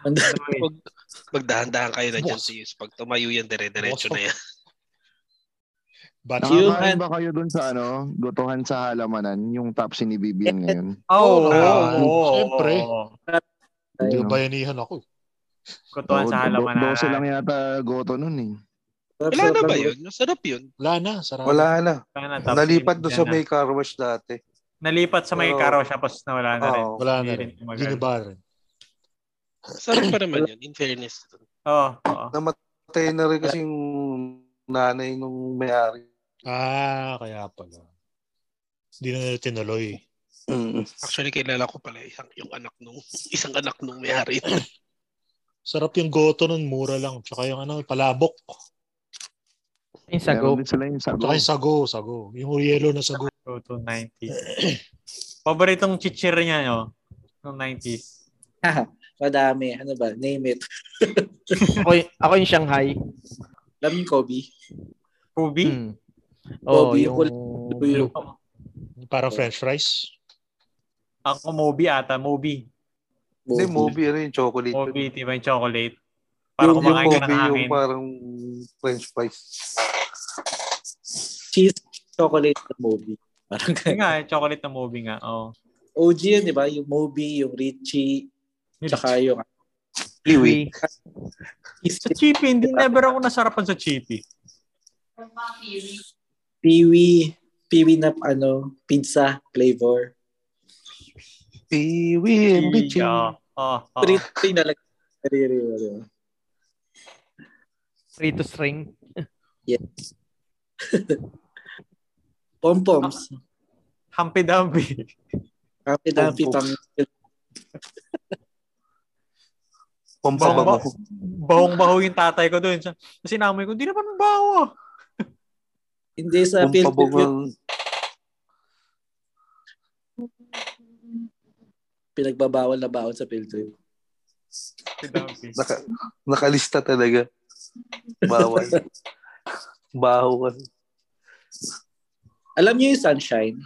Speaker 4: tuloy.
Speaker 6: Mag, magdahan-dahan kayo na dyan
Speaker 7: Boss.
Speaker 6: sa yus. Pag tumayo yan, dire-diretso
Speaker 7: Boss.
Speaker 6: na yan.
Speaker 7: Batch.
Speaker 5: Yun.
Speaker 9: Nakakain ba kayo doon sa ano, gotohan sa halamanan, yung top ni Bibian ngayon?
Speaker 4: Oo,
Speaker 7: Oo,
Speaker 4: oo, oo.
Speaker 7: syempre.
Speaker 4: oo.
Speaker 7: Hindi
Speaker 9: Ayun, no?
Speaker 7: bayanihan ako.
Speaker 4: Kutuan
Speaker 9: Oo,
Speaker 4: sa halamanan.
Speaker 9: do- 12 lang yata goto nun eh.
Speaker 5: Sarap,
Speaker 6: Wala
Speaker 5: sarap
Speaker 6: na
Speaker 5: lang
Speaker 6: ba
Speaker 5: yun.
Speaker 6: yun? Masarap yun.
Speaker 7: Wala na, sarap.
Speaker 11: Wala na.
Speaker 4: Wala na, tapos
Speaker 11: Nalipat doon sa
Speaker 4: na.
Speaker 11: may car wash dati.
Speaker 4: Nalipat sa
Speaker 7: Oh.
Speaker 4: may
Speaker 11: Oo.
Speaker 4: karaw siya, tapos nawala na rin.
Speaker 11: Oo.
Speaker 7: Wala na
Speaker 4: Hindi
Speaker 7: rin.
Speaker 4: rin tumagal.
Speaker 7: Ginibaran.
Speaker 6: Sarap pa naman yun, in fairness.
Speaker 9: Oh.
Speaker 4: Oo, oo.
Speaker 11: Namatay na rin kasi yung nanay nung may-ari.
Speaker 7: Ah, kaya pala. Hindi na nila tinuloy.
Speaker 11: Mm.
Speaker 6: Actually, kilala ko pala isang, yung anak nung, isang anak nung may-ari.
Speaker 7: Sarap yung goto nun, mura lang. Tsaka yung ano, palabok.
Speaker 8: Yung sago.
Speaker 9: Meron din sila yung sago.
Speaker 7: Tsaka yung sago, sago. Yung yellow na sago.
Speaker 4: Go to 90s. Paboritong chichir niya, no? Noong 90s.
Speaker 5: Madami. Ano ba? Name it.
Speaker 8: ako, y- ako yung Shanghai.
Speaker 5: Alam niyo yung Kobe?
Speaker 4: Kobe?
Speaker 8: Hmm. Oo,
Speaker 5: Bobby,
Speaker 8: yung
Speaker 5: wal-
Speaker 8: blue.
Speaker 9: Oh.
Speaker 7: Parang french fries.
Speaker 4: Ako Moby ata. Moby.
Speaker 11: Hindi,
Speaker 5: Kobe.
Speaker 11: movie ano yung chocolate.
Speaker 4: Moby, di ba yung chocolate? Para
Speaker 11: yung
Speaker 4: kumakain ka ng
Speaker 11: Kobe,
Speaker 4: hangin.
Speaker 11: yung parang french fries.
Speaker 5: Cheese chocolate na Kobe. Parang
Speaker 4: Yun nga, eh, chocolate na movie nga. Oh.
Speaker 5: OG yun, di ba? Yung Moby, yung Richie, tsaka yung...
Speaker 4: Kiwi. sa Chippy, hindi never ako nasarapan sa Chippy.
Speaker 5: Piwi. Piwi na ano, pizza flavor.
Speaker 11: Piwi
Speaker 5: and bitchy.
Speaker 4: Oh, oh, oh.
Speaker 5: Three, three na lang. Sarili mo, di ba?
Speaker 8: Free to string.
Speaker 5: Yes. Pompoms.
Speaker 4: Humpy Dumpy.
Speaker 5: Happy Dumpy pang...
Speaker 4: Bahong, bahong baho yung tatay ko doon. Kasi namoy ko, hindi naman baho.
Speaker 5: Hindi sa Philippines. Pinagbabawal na baon sa field trip.
Speaker 11: Naka, nakalista talaga. Bawal. Bawal.
Speaker 5: Alam niyo yung sunshine?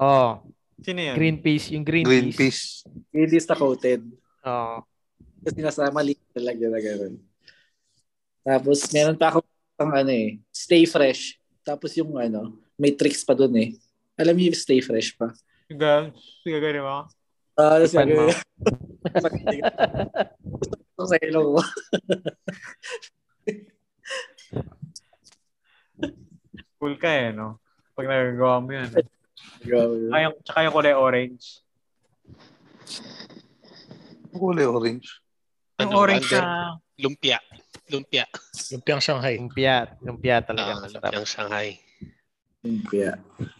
Speaker 8: Oh,
Speaker 4: Sino yan?
Speaker 8: green peas. Yung green,
Speaker 11: Green
Speaker 8: peas.
Speaker 11: peas.
Speaker 5: Hindi sa coated.
Speaker 8: Oo.
Speaker 5: Kasi nasama mali talaga na gano'n. Tapos meron pa ako pang ano eh, stay fresh. Tapos yung ano, may tricks pa dun eh. Alam niyo yung stay fresh pa.
Speaker 4: Gag- Gagawin mo.
Speaker 5: Ah, uh,
Speaker 8: Ipan mo.
Speaker 5: sabi ko sa ilong mo.
Speaker 4: Cool ka eh, no? Pag nagagawa mo yun. Tsaka
Speaker 5: Grabe.
Speaker 4: yung, tsaka yung kulay orange.
Speaker 11: Kulay orange.
Speaker 4: Yung
Speaker 6: Ano,
Speaker 4: orange
Speaker 6: under-
Speaker 4: na...
Speaker 6: Lumpia. Lumpia.
Speaker 7: Lumpiang Shanghai.
Speaker 8: Lumpia. Lumpia
Speaker 6: Ah,
Speaker 8: talaga. masarap.
Speaker 6: lumpiang Shanghai.
Speaker 5: Kaya,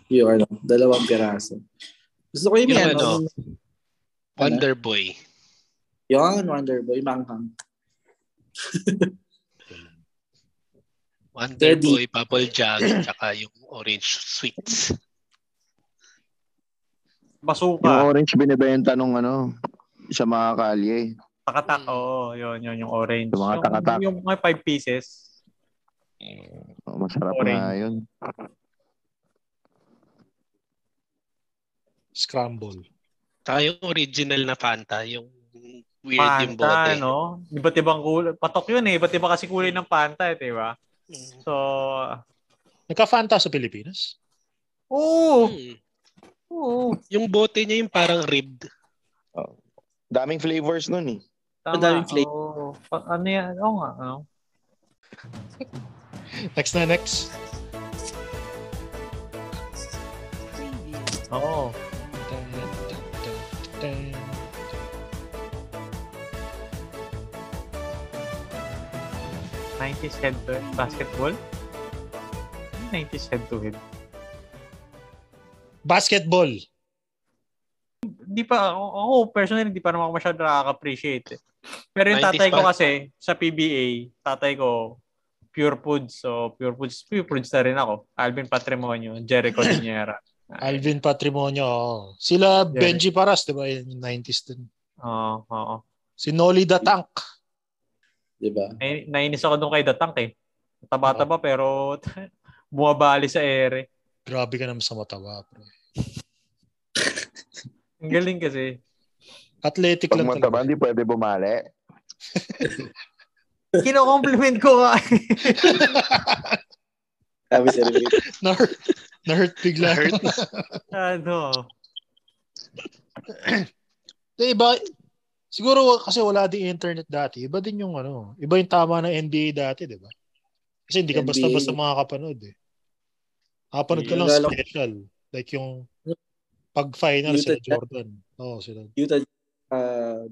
Speaker 5: yung ano, dalawang piraso. Gusto ko yung,
Speaker 6: Yung
Speaker 5: ano,
Speaker 6: ano?
Speaker 5: yung-
Speaker 6: Wonder Boy.
Speaker 5: Yun, Wonder Boy, Manghang.
Speaker 6: Wonder
Speaker 5: Teddy.
Speaker 6: Boy, Bubble Jag, tsaka yung Orange Sweets.
Speaker 9: Yung
Speaker 4: Basuka.
Speaker 9: orange binibenta nung ano, sa mga kalye.
Speaker 6: Mm.
Speaker 4: Takatak. Oo, yun, yun, yung orange.
Speaker 9: Yung mga takatak.
Speaker 4: Yung, yung mga five pieces.
Speaker 9: Oh, Masarap
Speaker 4: Orange.
Speaker 9: na yun.
Speaker 7: Scramble.
Speaker 6: Tsaka yung original na Fanta, yung weird yung
Speaker 4: Panta,
Speaker 6: bote.
Speaker 4: no? Iba't ibang kulay. Patok yun eh. Iba't iba kasi kulay ng panta, eh, di ba?
Speaker 6: Mm.
Speaker 4: So,
Speaker 7: Nagka-Fanta sa Pilipinas.
Speaker 4: oo,
Speaker 6: Hmm.
Speaker 4: oo.
Speaker 6: Yung bote niya yung parang ribbed.
Speaker 9: Daming flavors nun eh.
Speaker 4: Tama.
Speaker 5: Madaming flavor.
Speaker 4: oo. Pa- ano yan? Oo nga, ano?
Speaker 7: Next na next.
Speaker 4: Oo. Oh, 90s head to head basketball? 90s head to head.
Speaker 7: Basketball.
Speaker 4: Hindi pa, ako, ako personally, hindi pa naman ako masyado nakaka-appreciate. eh. Pero yung
Speaker 6: 90s
Speaker 4: tatay ko
Speaker 6: pa.
Speaker 4: kasi, sa PBA, tatay ko, Pure Foods. So, Pure Foods, Pure Foods na rin ako. Alvin Patrimonio, Jericho Liniera.
Speaker 7: Alvin Patrimonio. oo. Sila
Speaker 4: Yeah.
Speaker 7: Benji Paras, di ba? Yan Yung 90s din.
Speaker 4: Oo, oo.
Speaker 7: Si Nolly the Tank.
Speaker 5: Di ba?
Speaker 4: Nai- Nainis ako doon kay Datang eh. Taba-taba pero bumabali sa ere.
Speaker 7: Grabe ka naman sa matawa. Pre.
Speaker 4: Ang galing kasi.
Speaker 7: Athletic
Speaker 9: Pag
Speaker 7: lang
Speaker 9: mataba,
Speaker 7: talaga.
Speaker 9: hindi pwede bumali.
Speaker 4: Kino-compliment ko nga. eh.
Speaker 5: Sabi sa Ricky.
Speaker 7: Na-hurt, na-hurt bigla.
Speaker 6: Hurt.
Speaker 4: ano?
Speaker 7: Di ba? Siguro kasi wala din internet dati. Iba din yung ano. Iba yung tama ng NBA dati, di ba? Kasi hindi ka
Speaker 5: NBA.
Speaker 7: basta-basta makakapanood eh. Kapanood ka
Speaker 5: Yung
Speaker 7: lang
Speaker 5: lalo-
Speaker 7: special. Like yung pag-final
Speaker 5: Yung
Speaker 7: sila
Speaker 5: touchdown.
Speaker 7: Jordan. Oo, sila.
Speaker 5: Utah uh,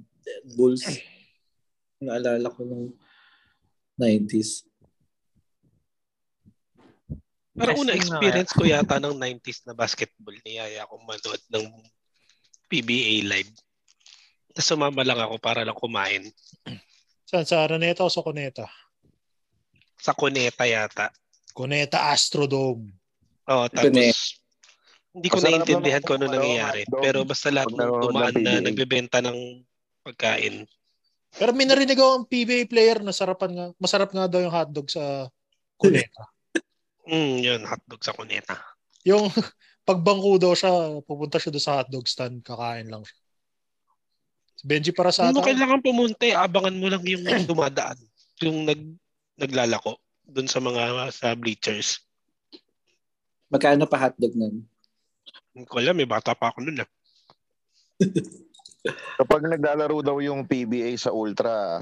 Speaker 5: Bulls. Naalala ko nung 90s.
Speaker 6: Parang una
Speaker 4: Wrestling na
Speaker 6: experience ko yata ng 90s na basketball. Niyaya akong manood ng PBA live. Tapos sumama lang ako para lang kumain.
Speaker 7: Saan? Sa Araneta o sa Cuneta?
Speaker 6: Sa Cuneta yata.
Speaker 7: Cuneta Astrodome.
Speaker 6: Oo,
Speaker 5: Cuneta.
Speaker 6: tapos hindi ko
Speaker 9: Masarap
Speaker 6: naiintindihan
Speaker 9: naman
Speaker 6: kung ano
Speaker 9: kung ano,
Speaker 6: nangyayari.
Speaker 9: hotdog.
Speaker 6: Pero basta lahat
Speaker 9: Pag
Speaker 6: ng
Speaker 9: nanonood ng
Speaker 6: dumaan na
Speaker 9: PBA.
Speaker 6: nagbebenta ng pagkain.
Speaker 7: Pero may narinig ako ang PBA player na sarapan nga. Masarap nga daw yung hotdog sa Cuneta.
Speaker 6: Mm, yun, hotdog sa Cuneta.
Speaker 7: yung pagbangko daw siya, pupunta siya doon sa hotdog stand, kakain lang siya. Si Benji para sa
Speaker 6: Kung mo kailangan pumunta, eh, abangan mo lang yung dumadaan. Yung nag, naglalako dun sa mga sa bleachers.
Speaker 5: Magkano pa hotdog nun?
Speaker 6: Hindi ko alam, may bata pa ako nun ah.
Speaker 9: Kapag naglalaro daw yung PBA sa Ultra,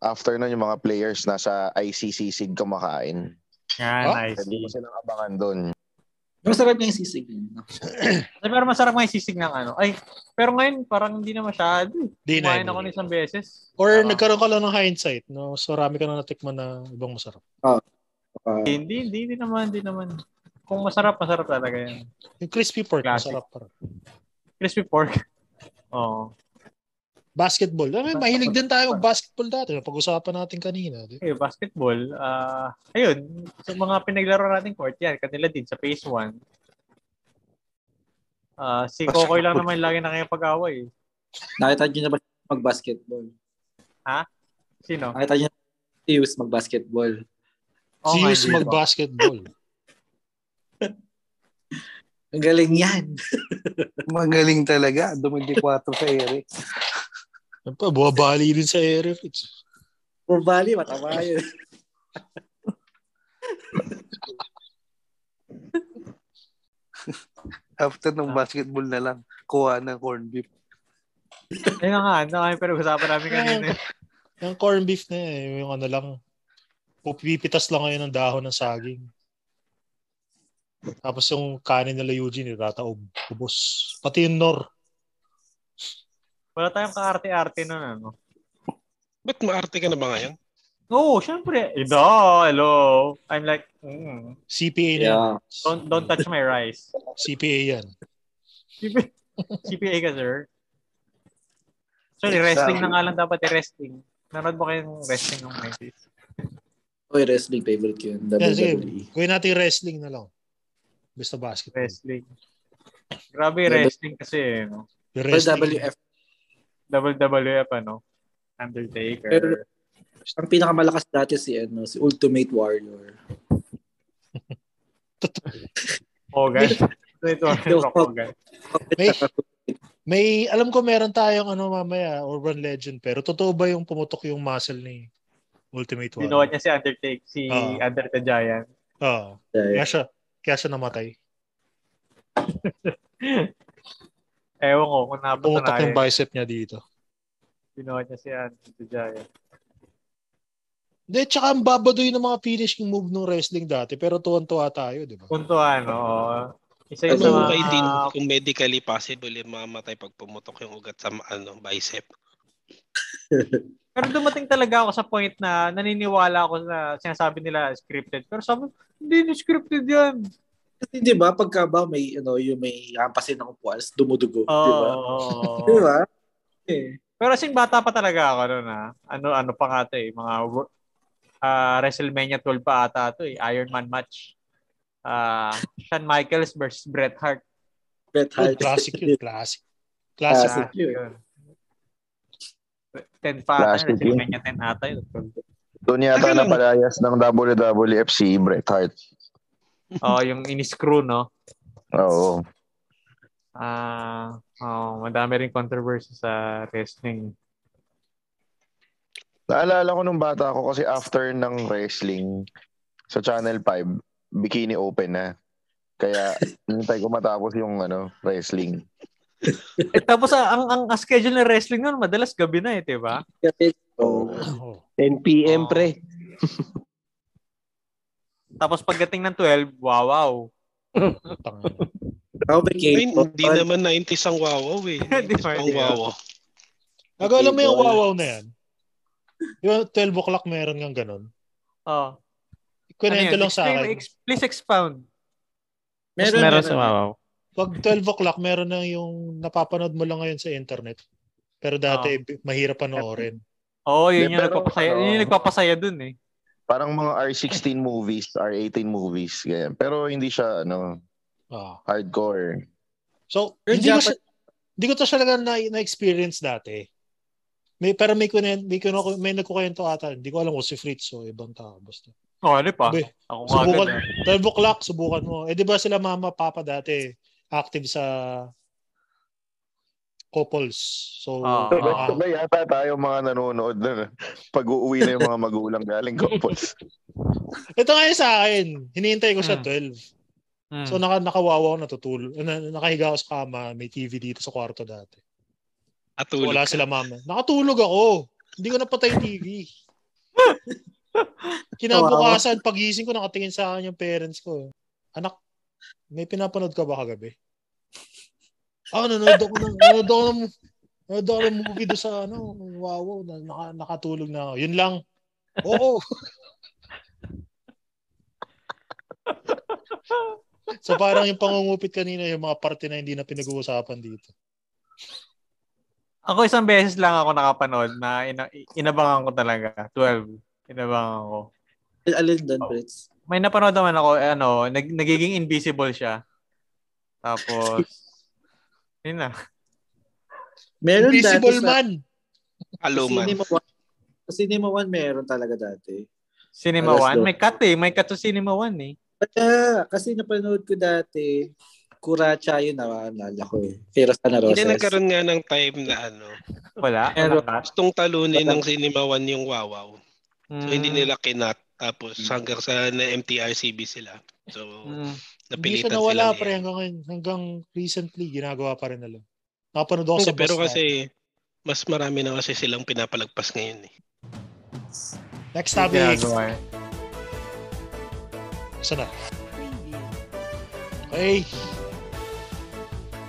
Speaker 9: after nun yung mga players nasa ICC sig kumakain.
Speaker 4: Yan,
Speaker 7: Ah,
Speaker 9: Oh,
Speaker 4: nice.
Speaker 9: Pwede mo silang abangan doon.
Speaker 5: Masarap na yung sisig.
Speaker 4: Pero masarap nga yung sisig ng ano. Ay, pero ngayon parang hindi na masyado. eh.
Speaker 7: Di na,
Speaker 4: Kumain
Speaker 7: hindi
Speaker 4: ako ng isang beses.
Speaker 7: Or
Speaker 4: Parang-
Speaker 7: nagkaroon ka lang ng hindsight, no? So, rami ka na natikman na ibang masarap.
Speaker 5: Ah,
Speaker 4: Eh, Hindi, hindi, hindi naman, hindi naman. Kung masarap, masarap talaga yan.
Speaker 7: Yung crispy pork,
Speaker 4: Classic.
Speaker 7: masarap parang.
Speaker 4: Crispy pork. Oo.
Speaker 7: Basketball. Ay, mahilig din tayo mag-basketball dati. Pag-usapan natin kanina. Di?
Speaker 4: Eh, basketball. ah ayun, sa mga pinaglaro nating court yan, kanila din sa phase 1. Ah, si Kokoy lang naman lagi na kayo pag-away.
Speaker 5: nakita niyo na ba siya mag-basketball?
Speaker 4: Sino?
Speaker 5: Nakita niyo na si Hughes mag-basketball?
Speaker 4: Oo
Speaker 7: Si
Speaker 4: nga,
Speaker 7: Yus
Speaker 4: di ba?
Speaker 7: mag-basketball.
Speaker 5: Ang galing yan.
Speaker 11: Magaling talaga. Dumagdi 4 sa Eric.
Speaker 7: Yan pa, Buwabali din sa area.
Speaker 5: For Bali, matama yun.
Speaker 11: After ng basketball na lang, kuha ng corn beef.
Speaker 4: Ayun na nga, ano kami pinag-usapan namin kanina.
Speaker 7: Yung corned beef na eh, yung ano lang, pupipitas lang ngayon ng dahon ng saging. Tapos yung kanin nila Eugene, itataob, ubos. Pati yung nor.
Speaker 4: Wala tayong kaarte-arte nun, ano?
Speaker 6: Ba't maarte ka na ba ngayon?
Speaker 4: Oo, oh, syempre. Ito, hello. I'm like, mm,
Speaker 7: CPA na yan.
Speaker 5: Yeah.
Speaker 4: don't, don't touch my rice.
Speaker 7: CPA yan.
Speaker 4: CPA, CPA ka, sir. Sorry,
Speaker 11: Yes,
Speaker 4: wrestling
Speaker 11: sir.
Speaker 4: na nga lang dapat eh, wrestling. Nanood mo kayong wrestling ng 90s?
Speaker 5: Oy, wrestling favorite ko yun. E.
Speaker 7: Yeah,
Speaker 5: WWE.
Speaker 7: sige. Gawin natin wrestling na lang. Basta basketball.
Speaker 4: Wrestling. Grabe
Speaker 5: Double-
Speaker 4: wrestling kasi, eh, no?
Speaker 5: Pero
Speaker 7: Yung wrestling,
Speaker 5: WF.
Speaker 4: WWF, ano? Undertaker.
Speaker 5: Pero- Ang pinakamalakas dati si, ano, si Ultimate Warrior.
Speaker 4: Hogan. Ito, ito, Hogan.
Speaker 7: May, may, alam ko meron tayong ano mamaya, urban legend, pero totoo ba yung pumutok yung muscle ni Ultimate
Speaker 4: Ginawa
Speaker 7: Warrior?
Speaker 4: niya si Undertaker, si
Speaker 7: Ah.
Speaker 4: Under the Giant.
Speaker 7: Oo. kaya
Speaker 5: Dahil
Speaker 7: siya, kaya siya namatay.
Speaker 4: Ewan ko kung napunta
Speaker 7: Pumutok
Speaker 4: na
Speaker 7: yung
Speaker 4: yun.
Speaker 7: bicep niya dito.
Speaker 4: Ginawa niya si Under the Giant.
Speaker 7: Hindi, tsaka ang babadoy ng mga finishing move ng wrestling dati, pero tuwan-tuwa tayo, di ba?
Speaker 4: Punto ano, oo. isa
Speaker 6: Ano
Speaker 7: Diba?
Speaker 4: yung sa
Speaker 5: Ano,
Speaker 6: ba
Speaker 4: mga...
Speaker 6: din
Speaker 7: Ah.
Speaker 6: kung medically possible yung mamatay pag pumutok yung ugat sa ano, bicep?
Speaker 4: Pero dumating talaga ako sa point na naniniwala ako na sinasabi nila scripted. Pero sabi, hindi na scripted yan.
Speaker 5: Kasi di ba, pagka ba may, ano, yung may hampasin ng upuan,
Speaker 4: Oo.
Speaker 5: dumudugo. di ba?
Speaker 7: Oh.
Speaker 4: oo,
Speaker 5: Di
Speaker 4: oo.
Speaker 5: ba? Eh,
Speaker 4: Pero asing bata pa talaga ako noon ah. Ano, ano pa nga to eh. Mga wo- ah, WrestleMania 12 pa ata to eh. Iron Man match. Ah, Shawn Michaels versus Bret Hart.
Speaker 5: Bret
Speaker 7: Oh,
Speaker 5: Hart.
Speaker 7: classic yun, classic. Classic.
Speaker 5: Classic
Speaker 4: Ah, Yun.
Speaker 5: yun.
Speaker 4: 10 pa ata.
Speaker 9: Classic yun.
Speaker 4: WrestleMania 10 ata yun.
Speaker 9: Doon yata
Speaker 6: Tagal lang.
Speaker 9: napalayas ng WWF si Bret Hart.
Speaker 4: Oh, yung in-screw no.
Speaker 9: Oo.
Speaker 4: Ah, oh, madami rin controversy sa wrestling.
Speaker 9: Naalala ko nung bata ako kasi after ng wrestling sa Channel 5, bikini open na. Kaya nintay ko matapos yung ano, wrestling.
Speaker 4: Eh, tapos ah, ang, ang, ang schedule ng wrestling nun, madalas gabi na eh, di ba?
Speaker 5: Kasi,
Speaker 9: Oo.
Speaker 7: Oh.
Speaker 10: 10
Speaker 4: Oo.
Speaker 10: p.m. pre.
Speaker 4: Tapos pagdating ng 12, wow, wow.
Speaker 7: tanga.
Speaker 5: ako may
Speaker 6: Ay,
Speaker 5: K-pop.
Speaker 6: hindi naman 90s ang wawaw eh.
Speaker 7: Diba?
Speaker 6: 90s
Speaker 4: Hindi
Speaker 6: pang
Speaker 4: pwede.
Speaker 6: wawaw.
Speaker 7: Nagawa mo yung
Speaker 5: Cable.
Speaker 7: wawaw na yan. Yung 12 o'clock meron kang ganun.
Speaker 4: Oh.
Speaker 7: Kunento lang sa
Speaker 4: Explain- Ano
Speaker 7: akin. ah.
Speaker 4: ex- please expound.
Speaker 5: Meron,
Speaker 8: meron
Speaker 5: meron.
Speaker 8: sa Wawaw.
Speaker 7: Pag 12 o'clock, meron na yung napapanood mo lang ngayon sa internet. Pero dati, bi- mahirap panoorin.
Speaker 4: Oo, oh, yun
Speaker 9: Hindi,
Speaker 4: yung
Speaker 9: pero,
Speaker 4: nagpapasaya.
Speaker 9: ano,
Speaker 4: Yun yung nagpapasaya dun eh.
Speaker 9: Parang mga R16 movies, R18 movies, ganyan. Pero hindi siya ano,
Speaker 7: Ah.
Speaker 9: hardcore.
Speaker 7: So,
Speaker 5: Pero
Speaker 7: hindi ko,
Speaker 5: dapat-
Speaker 7: siya, hindi ko to siya talaga na, na-experience dati. May, pero may, kunen, may, kuno, may nagkukwento ata. Hindi ko alam kung si Fritz o ibang tao. Basta.
Speaker 4: Oh, ano pa?
Speaker 7: Be,
Speaker 4: Ako nga
Speaker 7: subukan,
Speaker 4: agad.
Speaker 7: 12 o'clock, subukan mo. Eh, di ba sila mama, papa dati active sa couples. So,
Speaker 4: Ah,
Speaker 9: Sabay,
Speaker 7: ah,
Speaker 9: sabay yata tayo mga nanonood na pag uuwi na yung mga magulang galing couples.
Speaker 7: ito nga yung sa akin. Hinihintay ko siya
Speaker 4: Hmm.
Speaker 7: 12.
Speaker 4: Mm.
Speaker 7: So naka, nakawawa ako natutulog. Na, nakahiga ako sa kama, may TV dito sa kwarto dati.
Speaker 6: Natulog
Speaker 7: Wala
Speaker 6: ka.
Speaker 7: sila mama. Nakatulog ako. Hindi ko napatay yung TV. Kinabukasan, pagising ko, nakatingin sa akin yung parents ko. eh. Anak, may pinapanood ka ba kagabi? Ah, nanood ako ng, nanood ako ng, nanood ako ng movie doon sa, ano, wow, na, naka, nakatulog na ako. Yun lang. Oo. so parang yung pangungupit kanina, yung mga parte na hindi na pinag-uusapan dito.
Speaker 4: Ako isang beses lang ako nakapanood na ina- inabangan ko talaga. 12. Inabangan ko.
Speaker 5: Alin doon, Brits?
Speaker 4: May napanood naman ako, eh, ano, nag- nagiging invisible siya. Tapos, yun na.
Speaker 5: Meron
Speaker 7: Invisible
Speaker 5: dati sa-
Speaker 7: Man!
Speaker 6: Aluman.
Speaker 5: Cinema One. Sa Cinema One, meron talaga dati.
Speaker 4: Cinema 1.
Speaker 5: Alas dos.
Speaker 4: May cut eh. May cut sa Cinema 1 eh.
Speaker 5: Kaya, kasi napanood ko dati, Kuracha yun, naalala ko eh. Kay Rosana
Speaker 6: Hindi
Speaker 5: Roses.
Speaker 6: nagkaroon nga ng time na ano.
Speaker 4: Wala.
Speaker 5: Pero-
Speaker 4: Wala cut.
Speaker 6: Gustong talunin
Speaker 5: Wala.
Speaker 6: ng sinimawan yung wawaw.
Speaker 4: Mm.
Speaker 6: So hindi
Speaker 7: Hmm.
Speaker 6: nila kinat. Tapos hanggang sa na-MTRCB sila. So
Speaker 4: Mm.
Speaker 7: Hmm. Hindi
Speaker 6: napilitan eh.
Speaker 7: siya
Speaker 6: sila.
Speaker 7: nawala
Speaker 6: niyan.
Speaker 7: pre hanggang, ngayon- hanggang recently ginagawa pa rin nila. Napanood ako
Speaker 6: Hindi,
Speaker 7: sa
Speaker 6: Oh, pero
Speaker 7: boss
Speaker 6: kasi mas marami na kasi silang pinapalagpas ngayon eh.
Speaker 7: na. Next
Speaker 4: Yung
Speaker 7: topic.
Speaker 4: ginagawa eh.
Speaker 7: Isa na. Okay.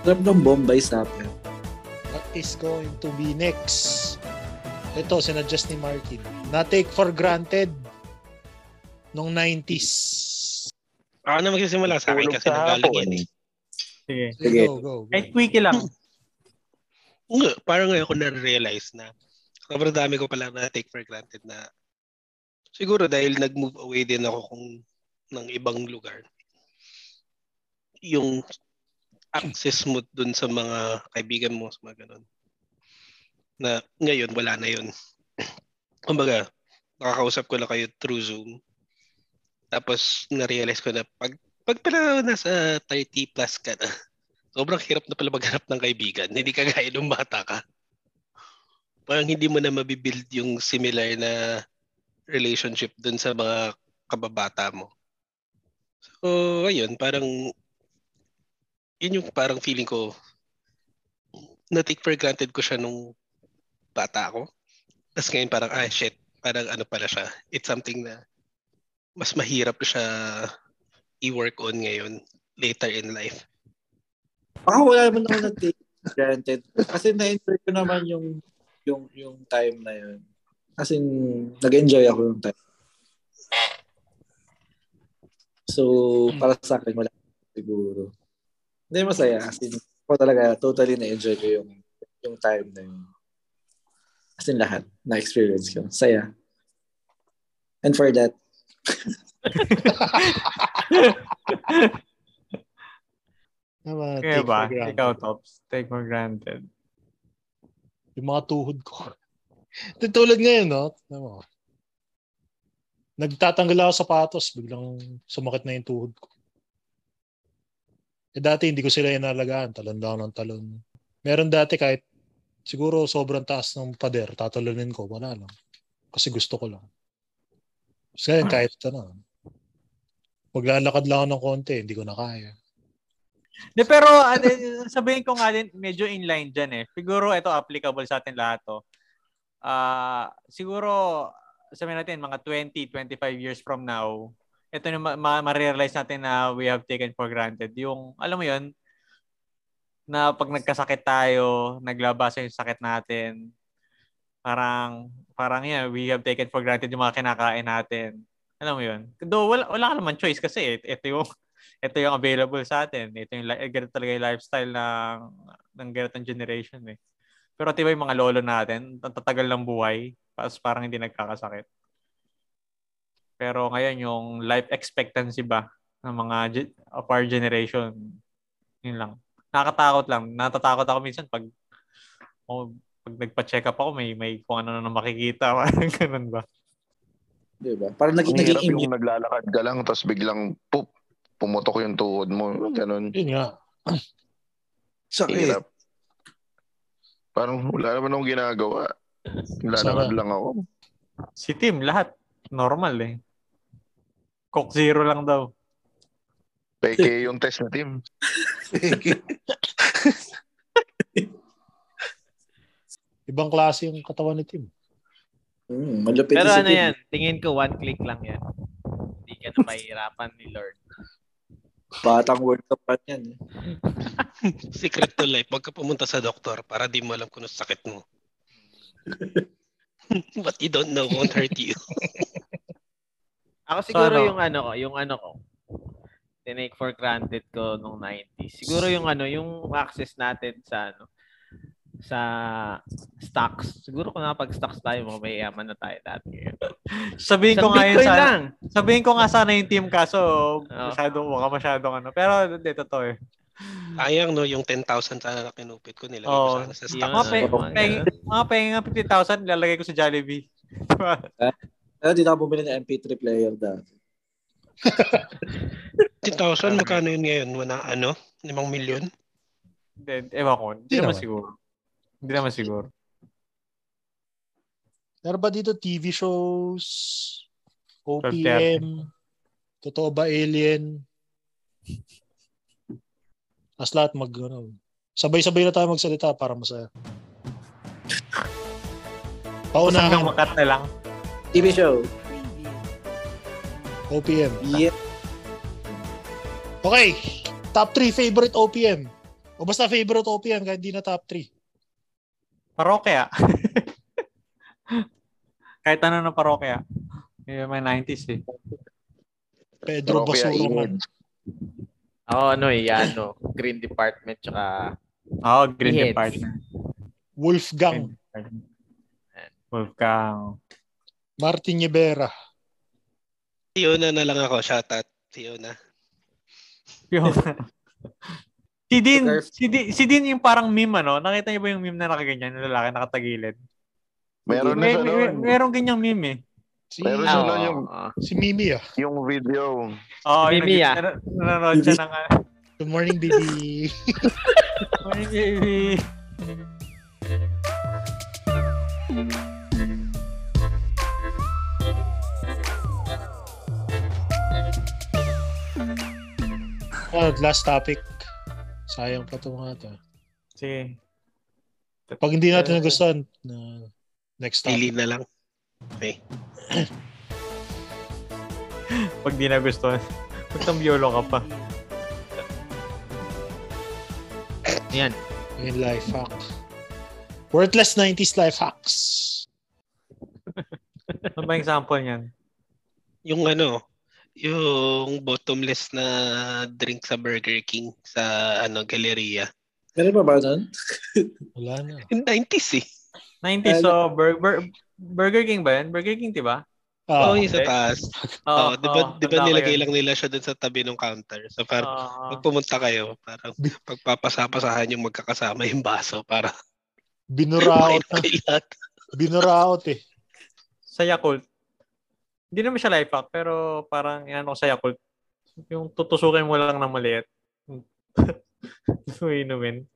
Speaker 5: Alam ng Bombay sa akin.
Speaker 7: What is going to be next? Ito, sinadjust ni Martin. Na-take for granted nung 90s.
Speaker 6: Ako na magsisimula sa akin
Speaker 9: Tulog
Speaker 6: kasi
Speaker 9: sa
Speaker 6: nanggaling
Speaker 9: hapon.
Speaker 6: yan eh.
Speaker 4: Sige.
Speaker 7: Sige,
Speaker 5: Sige.
Speaker 7: go, go, go.
Speaker 4: Kahit quickie lang.
Speaker 6: Nga, parang ngayon ko na-realize na sobrang dami ko pala na-take for granted na siguro dahil nag-move away din ako kung ng ibang lugar. Yung access mo dun sa mga kaibigan mo sa mga ganun. Na ngayon, wala na yun. Kumbaga, nakakausap ko lang kayo through Zoom. Tapos, na-realize ko na pag, pag pala nasa 30 plus ka na, sobrang hirap na pala maghanap ng kaibigan. Hindi ka gaya nung bata ka. Parang hindi mo na mabibuild yung similar na relationship dun sa mga kababata mo. So, ayun, parang yun yung parang feeling ko na-take for granted ko siya nung bata ako. Tapos ngayon parang, ah, shit, parang ano pala siya. It's something na mas mahirap siya i-work on ngayon later in life.
Speaker 5: Baka Ah, wala naman ako na-take for granted. Kasi na-enjoy ko naman yung yung yung time na yun. As in, nag-enjoy ako yung time. So, para sa akin, wala siguro. Hindi masaya. As in, ako talaga, totally na-enjoy ko yung yung time na yun. As in, lahat. Na-experience ko. Saya. And for that,
Speaker 7: Tama,
Speaker 4: Kaya
Speaker 7: take
Speaker 4: ba?
Speaker 7: for granted.
Speaker 4: Ikaw, Tops. Take for granted.
Speaker 7: Yung mga tuhod ko. Di tulad ngayon, no? Alam mo, Nagtatanggal ako sapatos, biglang sumakit na yung tuhod ko. Eh dati hindi ko sila inalagaan, talon lang ng talon. Meron dati kahit siguro sobrang taas ng pader, tatalonin ko, wala lang. Kasi gusto ko lang. Kasi ngayon, kahit ano, maglalakad lang ako ng konti, hindi ko na kaya.
Speaker 4: De, pero ano, sabihin ko nga din, medyo inline dyan eh. Siguro ito applicable sa atin lahat to. Ah, siguro, sabihin natin, mga 20, 25 years from now, ito na ma- ma- ma-realize natin na we have taken for granted. Yung, alam mo yun, na pag nagkasakit tayo, naglabasa yung sakit natin, parang, parang yan, we have taken for granted yung mga kinakain natin. Alam mo yun? Though, wala, wala ka naman choice kasi it- ito yung ito yung available sa atin. Ito yung li- eh, ganito talaga yung lifestyle ng ng ganitong generation eh. Pero tiba yung mga lolo natin, ang tatagal ng buhay, tapos parang hindi nagkakasakit. Pero ngayon yung life expectancy ba ng mga ge- of our generation, yun lang. Nakakatakot lang. Natatakot ako minsan pag oh, pag nagpa-check up ako, may may kung ano na makikita. Parang ganun ba?
Speaker 5: di ba? Parang nag-
Speaker 9: Ang hirap
Speaker 5: naging
Speaker 9: yung naglalakad ka lang tapos biglang poop, pumutok yung tuhod mo. Ganun.
Speaker 7: Yun nga.
Speaker 11: Sakit.
Speaker 9: Hirap. Parang wala naman akong ginagawa. Lalakad
Speaker 7: Sana.
Speaker 9: lang ako.
Speaker 4: Si Tim, lahat normal eh. Coke zero lang daw.
Speaker 9: Peke yung test na team.
Speaker 7: Ibang klase yung katawan ni Tim.
Speaker 5: Hmm, malupit
Speaker 8: Pero
Speaker 5: si
Speaker 8: ano
Speaker 5: Tim.
Speaker 8: yan, tingin ko one click lang yan. Hindi ka na mahirapan ni Lord.
Speaker 5: Batang World Cup pa yan. eh.
Speaker 6: Secret to life, huwag ka pumunta sa doktor para di mo alam kung ano sakit mo. What you don't know won't hurt you.
Speaker 8: Ako siguro
Speaker 4: ano?
Speaker 8: yung ano ko, yung ano ko. Tinake for granted ko nung 90s. Siguro yung ano, yung access natin sa ano sa stocks. Siguro kung nakapag-stocks tayo, mga mayayaman na tayo dati.
Speaker 4: Sabihin
Speaker 8: Sa
Speaker 4: ko nga yun
Speaker 8: Bitcoin
Speaker 4: sana.
Speaker 8: lang.
Speaker 4: Sabihin ko nga sana yung team kaso
Speaker 8: Oh.
Speaker 4: masyado, baka masyadong ano. Pero hindi, totoo eh.
Speaker 6: Sayang no, yung 10,000 sana na kinupit ko nilagay
Speaker 4: Oo.
Speaker 6: ko sana sa
Speaker 8: Yung
Speaker 6: stock.
Speaker 8: mga
Speaker 4: Mga,
Speaker 8: pe,
Speaker 4: pe-
Speaker 8: mga
Speaker 4: peng, mga pengang 50,000 nilalagay ko sa Jollibee. Diba?
Speaker 5: Pero di na ako bumili ng MP3 player dati.
Speaker 6: 10,000, magkano yun ngayon? Wala, ano? 5 million?
Speaker 4: Hindi, ewan ko. Hindi
Speaker 7: Hindi
Speaker 4: naman
Speaker 7: naman.
Speaker 4: siguro. Hindi naman siguro.
Speaker 7: Pero ba dito TV shows, OPM, totoo ba alien? As lahat mag ano, sabay-sabay na tayo magsalita para masaya.
Speaker 4: Basta hanggang
Speaker 7: Paunahan,
Speaker 4: makat na lang.
Speaker 5: TV show.
Speaker 7: OPM.
Speaker 5: Yeah.
Speaker 7: Okay, top 3 favorite OPM. O basta favorite OPM kahit di na top 3.
Speaker 4: Parokya. Kahit ano na parokya. Yung may 90s eh.
Speaker 7: Pedro
Speaker 9: Parokya,
Speaker 7: Basurongan.
Speaker 8: Ako ano eh, ano, green department tsaka
Speaker 4: Oo, oh, Green
Speaker 8: Yes.
Speaker 4: Department.
Speaker 7: Wolfgang
Speaker 4: Wolfgang.
Speaker 7: Martin Rivera.
Speaker 6: Fiona na lang ako, shoutout. Fiona.
Speaker 4: Yun. si Din,
Speaker 5: Sugar.
Speaker 4: si Din, si Din yung parang meme ano. Nakita niyo ba yung meme na nakaganyan? Yung lalaki nakatagilid.
Speaker 9: Meron na
Speaker 4: May,
Speaker 9: siya
Speaker 4: may,
Speaker 9: noon.
Speaker 4: may- merong ganyang meme eh.
Speaker 7: Si,
Speaker 8: Ah,
Speaker 9: Meron siya
Speaker 8: oo,
Speaker 9: noon yung,
Speaker 8: oo.
Speaker 7: si Mimi ah.
Speaker 9: yung video.
Speaker 4: Oo,
Speaker 8: Si
Speaker 4: yung
Speaker 8: Mimi,
Speaker 4: nag-
Speaker 8: ah.
Speaker 4: nan- Nanonood siya ng... ah,
Speaker 7: Good morning baby.
Speaker 4: Morning, baby.
Speaker 7: Ah, last topic. Sayang pa ito mga to.
Speaker 4: Sige.
Speaker 7: Pag hindi natin nagustuhan, na next
Speaker 6: Pili
Speaker 7: topic.
Speaker 6: na lang.
Speaker 4: Pag di na gusto, magtambyolo ka pa.
Speaker 8: Yan.
Speaker 7: Yung life hack. Worthless 90s life hacks.
Speaker 4: Ano ba yung sample niyan?
Speaker 6: Yung ano, yung bottomless na drink sa Burger King sa ano galeria.
Speaker 5: Meron pa ba nun?
Speaker 7: Wala na.
Speaker 6: Yung 90s eh.
Speaker 4: 90s, so Bur- Bur- Burger King ba yan? Burger King, di ba?
Speaker 7: Ah,
Speaker 6: oh, yung sa
Speaker 4: okay.
Speaker 6: taas.
Speaker 4: Oo,
Speaker 6: Oh, di ba,
Speaker 4: oo,
Speaker 6: di ba
Speaker 4: tanda ko
Speaker 6: nilagay
Speaker 4: yun.
Speaker 6: lang nila siya dun sa tabi ng counter? So parang
Speaker 4: Oo.
Speaker 6: pag pumunta kayo, parang pagpapasapasahan yung magkakasama yung baso para
Speaker 7: binuraot na.
Speaker 6: kayo lahat.
Speaker 7: Binuraot eh.
Speaker 4: sa Yakult. Hindi naman siya life hack, pero parang yan ako sa Yakult. Yung tutusukin mo lang ng maliit. Inumin.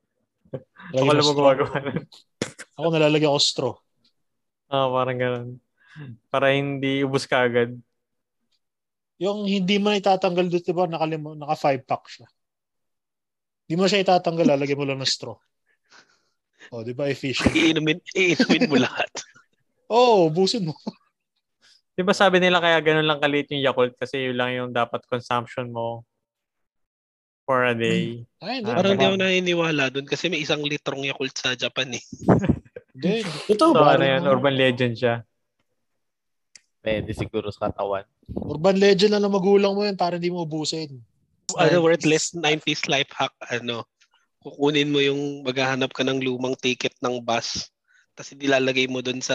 Speaker 4: Ako
Speaker 7: Lagyan
Speaker 4: lang
Speaker 7: mo straw.
Speaker 4: magagawa nun.
Speaker 7: Ako nalalagyan ko straw.
Speaker 4: Oo, parang ganun. Para hindi ubus ka agad.
Speaker 7: Yung hindi mo na itatanggal doon, diba, nakalima, naka five pack siya. Hindi mo siya itatanggal, lalagyan mo lang ng straw. Oh, di ba efficient?
Speaker 6: Iinumin, iinumin mo lahat.
Speaker 7: Oh, busin mo.
Speaker 4: Di ba sabi nila kaya ganun lang kalit yung Yakult kasi yun lang yung dapat consumption mo for a
Speaker 5: Hmm.
Speaker 4: day.
Speaker 7: Ay, hindi.
Speaker 4: Ah,
Speaker 7: Parang
Speaker 6: Parang di ako naniniwala dun kasi may isang litrong Yakult sa Japan eh.
Speaker 7: Hindi.
Speaker 5: Totoo
Speaker 4: So
Speaker 5: ba?
Speaker 4: ano yan, urban legend siya.
Speaker 8: Pwede siguro sa katawan.
Speaker 7: Urban legend na ng magulang mo yan para hindi mo ubusin.
Speaker 6: Ano, worthless 90s life hack, ano, kukunin mo yung maghahanap ka ng lumang ticket ng bus tapos ilalagay mo dun sa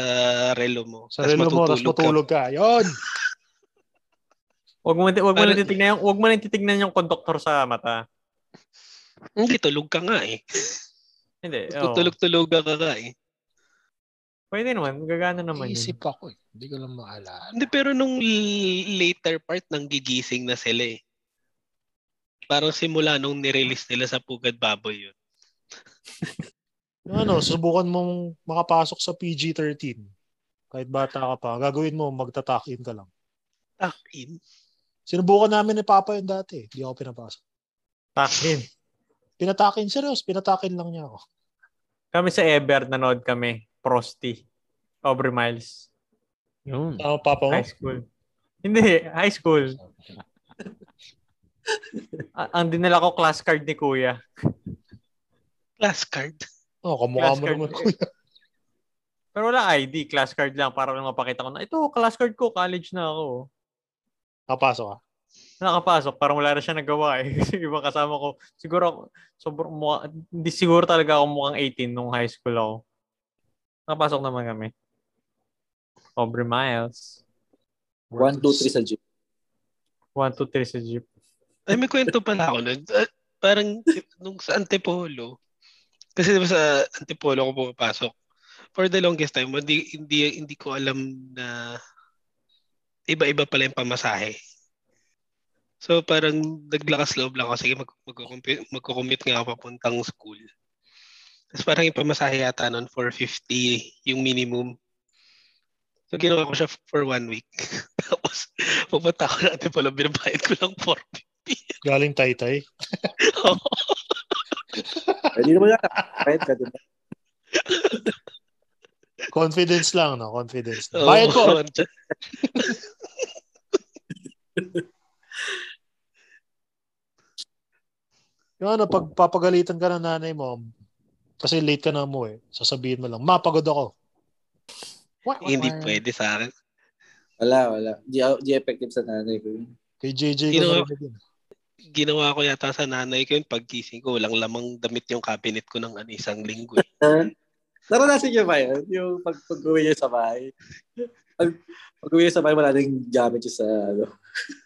Speaker 6: relo mo.
Speaker 7: Sa
Speaker 6: Tas
Speaker 7: relo mo, tapos
Speaker 6: ka.
Speaker 7: matulog ka. Yun!
Speaker 4: Huwag mo, wag mo
Speaker 6: Parang-
Speaker 4: nang titignan, yung- wag mo nang titignan yung conductor sa mata.
Speaker 6: Hindi, tulog ka nga eh.
Speaker 4: Hindi. oo.
Speaker 6: Tutulog-tulog ka ka eh.
Speaker 4: Pwede naman, gagana naman yun.
Speaker 7: Isip ako eh. Hindi ko lang maalala.
Speaker 6: Hindi, pero nung l- later part, nang gigising na sila eh. Parang simula nung nirelease nila sa Pugad Baboy yun.
Speaker 7: Yung Ano, subukan mong makapasok sa PG-13. Kahit bata ka pa, gagawin mo, magta-tuck in ka lang.
Speaker 6: Tuck in.
Speaker 7: Sinubukan namin ni Papa yun dati. Hindi ako pinapasok.
Speaker 4: Takin.
Speaker 7: Pinatakin, serious. Pinatakin lang niya ako.
Speaker 4: Kami sa Ever, nanood kami. Prosti. Aubrey Miles.
Speaker 8: Yun.
Speaker 7: Tama, Papa mo?
Speaker 4: High school. Hindi, high school. A- ang dinala ko class card ni Kuya.
Speaker 6: Class card.
Speaker 7: Oo, Oh, kamukha
Speaker 4: Class
Speaker 7: mo
Speaker 4: card.
Speaker 7: naman, kuya.
Speaker 4: Pero wala ID, class card lang para lang mapakita ko na ito, class card ko, college na ako.
Speaker 7: Kapasok ka.
Speaker 4: Nakapasok, parang wala na siya nagawa eh. Kasi Ibang kasama ko, siguro, ako, sobrang mukha, hindi siguro talaga ako mukhang 18 nung high school ako. Nakapasok naman kami. Aubrey Miles.
Speaker 5: 1, 2, 3 sa gym.
Speaker 4: 1, 2, 3 sa jeep.
Speaker 6: Ay, may kwento pala ako nun. Ah, parang nung sa Antipolo, kasi diba sa Antipolo ako pumapasok. For the longest time, hindi, hindi, hindi ko alam na iba-iba pala yung pamasahe. So parang naglakas loob lang ako, sige mag, magko-commute, magko-commute nga ako papuntang school. Tapos parang yung pamasahe yata nun, 450 yung minimum. So ginawa ko siya for one week. Tapos pupunta ako ng Antipolo, binabayad ko lang 4
Speaker 7: Galing taytay.
Speaker 5: Hindi naman yan. Kahit ka din.
Speaker 7: Confidence lang, Ano, no? Confidence.
Speaker 6: Oo.
Speaker 7: Bayad ko. Yung ano, pag papagalitan ka ng nanay mo, kasi late ka na mo eh, sasabihin mo lang, mapagod ako. Wah, wah,
Speaker 6: Hindi
Speaker 7: wah.
Speaker 6: pwede sa akin.
Speaker 5: Wala, wala. Di, di effective sa nanay ko yun.
Speaker 7: Kay JJ ko
Speaker 6: Ginawa-
Speaker 7: narinig yun.
Speaker 6: Ginawa ko yata sa nanay ko yun, pagkising ko, walang lamang damit yung cabinet ko ng ano, isang linggo. eh.
Speaker 5: Naranasan niyo ba yun? Yung pag, pag-uwi niyo sa bahay. Pag, pag-uwi niyo sa bahay, wala nang gamit niyo sa ano.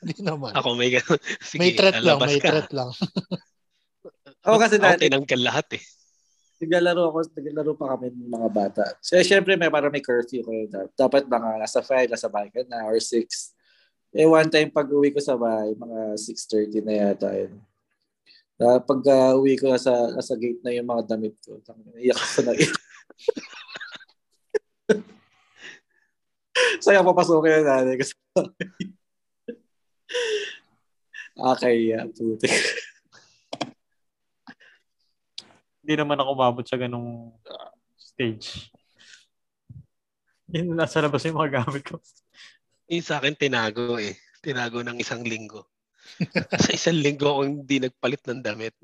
Speaker 7: Hindi naman.
Speaker 6: Ako may ganun. Sige,
Speaker 7: may threat lang,
Speaker 6: lalabas
Speaker 7: may
Speaker 6: ka.
Speaker 7: threat lang.
Speaker 5: Ako kasi
Speaker 6: Ako
Speaker 5: dati,
Speaker 6: tinanggal lahat eh.
Speaker 5: naglalaro ako, naglalaro pa kami ng mga bata. So, syempre, may parang may curfew ko yun. Dapat mga nasa 5, nasa bahay ka na, or 6. Eh, one time pag-uwi ko sa bahay, mga 6.30 na yata yun. Na pag ah, uwi ko nasa, nasa gate na yung mga damit ko. tangina, Iyak ko na iyak. Saya papasukin na nanay ko sa bahay. Okay, yeah, puti.
Speaker 4: Hindi naman ako umabot sa ganung stage. Yun, nasa labas yung mga gamit ko.
Speaker 6: Yung sa akin, tinago eh. Tinago ng isang linggo. sa isang linggo ako hindi nagpalit ng damit.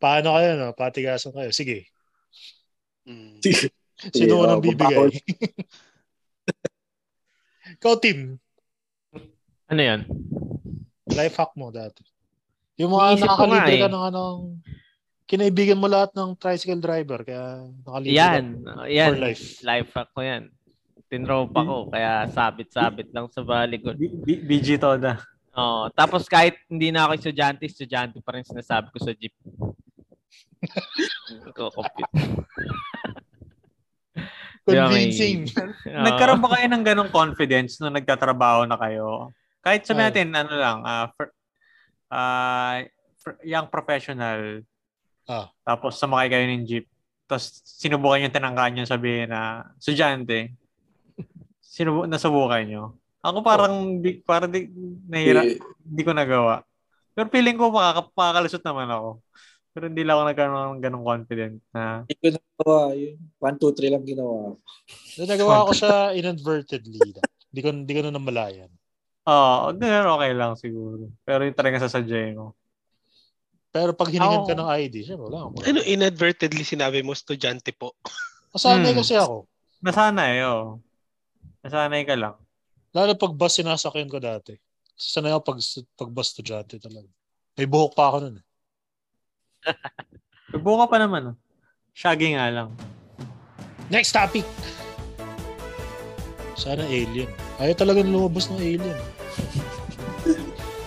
Speaker 7: Paano kayo, no? Patigasan kayo. Sige.
Speaker 6: Mm.
Speaker 7: Sino
Speaker 5: Sige,
Speaker 7: unang
Speaker 5: oh,
Speaker 7: bibigay? Ikaw, Tim.
Speaker 8: Ano yan?
Speaker 7: Life hack mo dati. Yung mga
Speaker 8: Iniisip ko nga
Speaker 7: nakakalibre ka
Speaker 8: eh.
Speaker 7: ng anong... Kinaibigan mo lahat ng tricycle driver, kaya nakalibre
Speaker 8: Yan.
Speaker 7: ka.
Speaker 8: Yan.
Speaker 7: For life.
Speaker 8: Life hack ko yan. Tinropa ko, kaya sabit-sabit lang sa balikod.
Speaker 4: B- B- BG to na.
Speaker 8: Oo. Tapos kahit hindi na ako estudyante, estudyante pa rin sinasabi ko sa jeep. Nagko-compute. Di ba, may-
Speaker 7: Convincing.
Speaker 8: Oo.
Speaker 4: Nagkaroon ba kayo ng ganong confidence nung nagtatrabaho na kayo? Kahit sabi
Speaker 7: Ah.
Speaker 4: natin, ano lang, ah, fir- ah, fir- young professional,
Speaker 7: Ah.
Speaker 4: tapos sumakay kayo ng jeep, tapos sinubukan yung tinangkaan yung sabihin na, sudyante, sinubu- nasubukan nyo. Ako parang, di, parang di, nahira,
Speaker 5: Eh,
Speaker 4: di ko nagawa. Pero feeling ko makaka- makakalusot naman ako. Pero hindi lang ako nagkaroon ng ganong confident na
Speaker 5: Hindi ko nagawa yun. 1, 2, 3 lang ginawa. ko.
Speaker 7: So, nagawa ko siya inadvertently. Hindi ko, hindi ko na namalayan.
Speaker 4: Oo, oh, okay lang siguro. Pero yung talaga sasadyain mo.
Speaker 7: Pero pag hiningan ka
Speaker 8: Oo.
Speaker 7: ng ID, syempre wala akong
Speaker 6: Ano, inadvertently sinabi mo, estudyante po.
Speaker 7: Masanay
Speaker 4: Hmm.
Speaker 7: kasi ako.
Speaker 4: Nasanay, eh, oo. Nasanay ka lang.
Speaker 7: Lalo pag bus sinasakyan ko dati. Sanay ako pag, pag bus estudyante talaga. May buhok pa ako nun. eh.
Speaker 4: Buka pa naman. oh. Shaggy nga lang.
Speaker 7: Next topic! Sana alien. Ayaw talaga lumabas ng alien.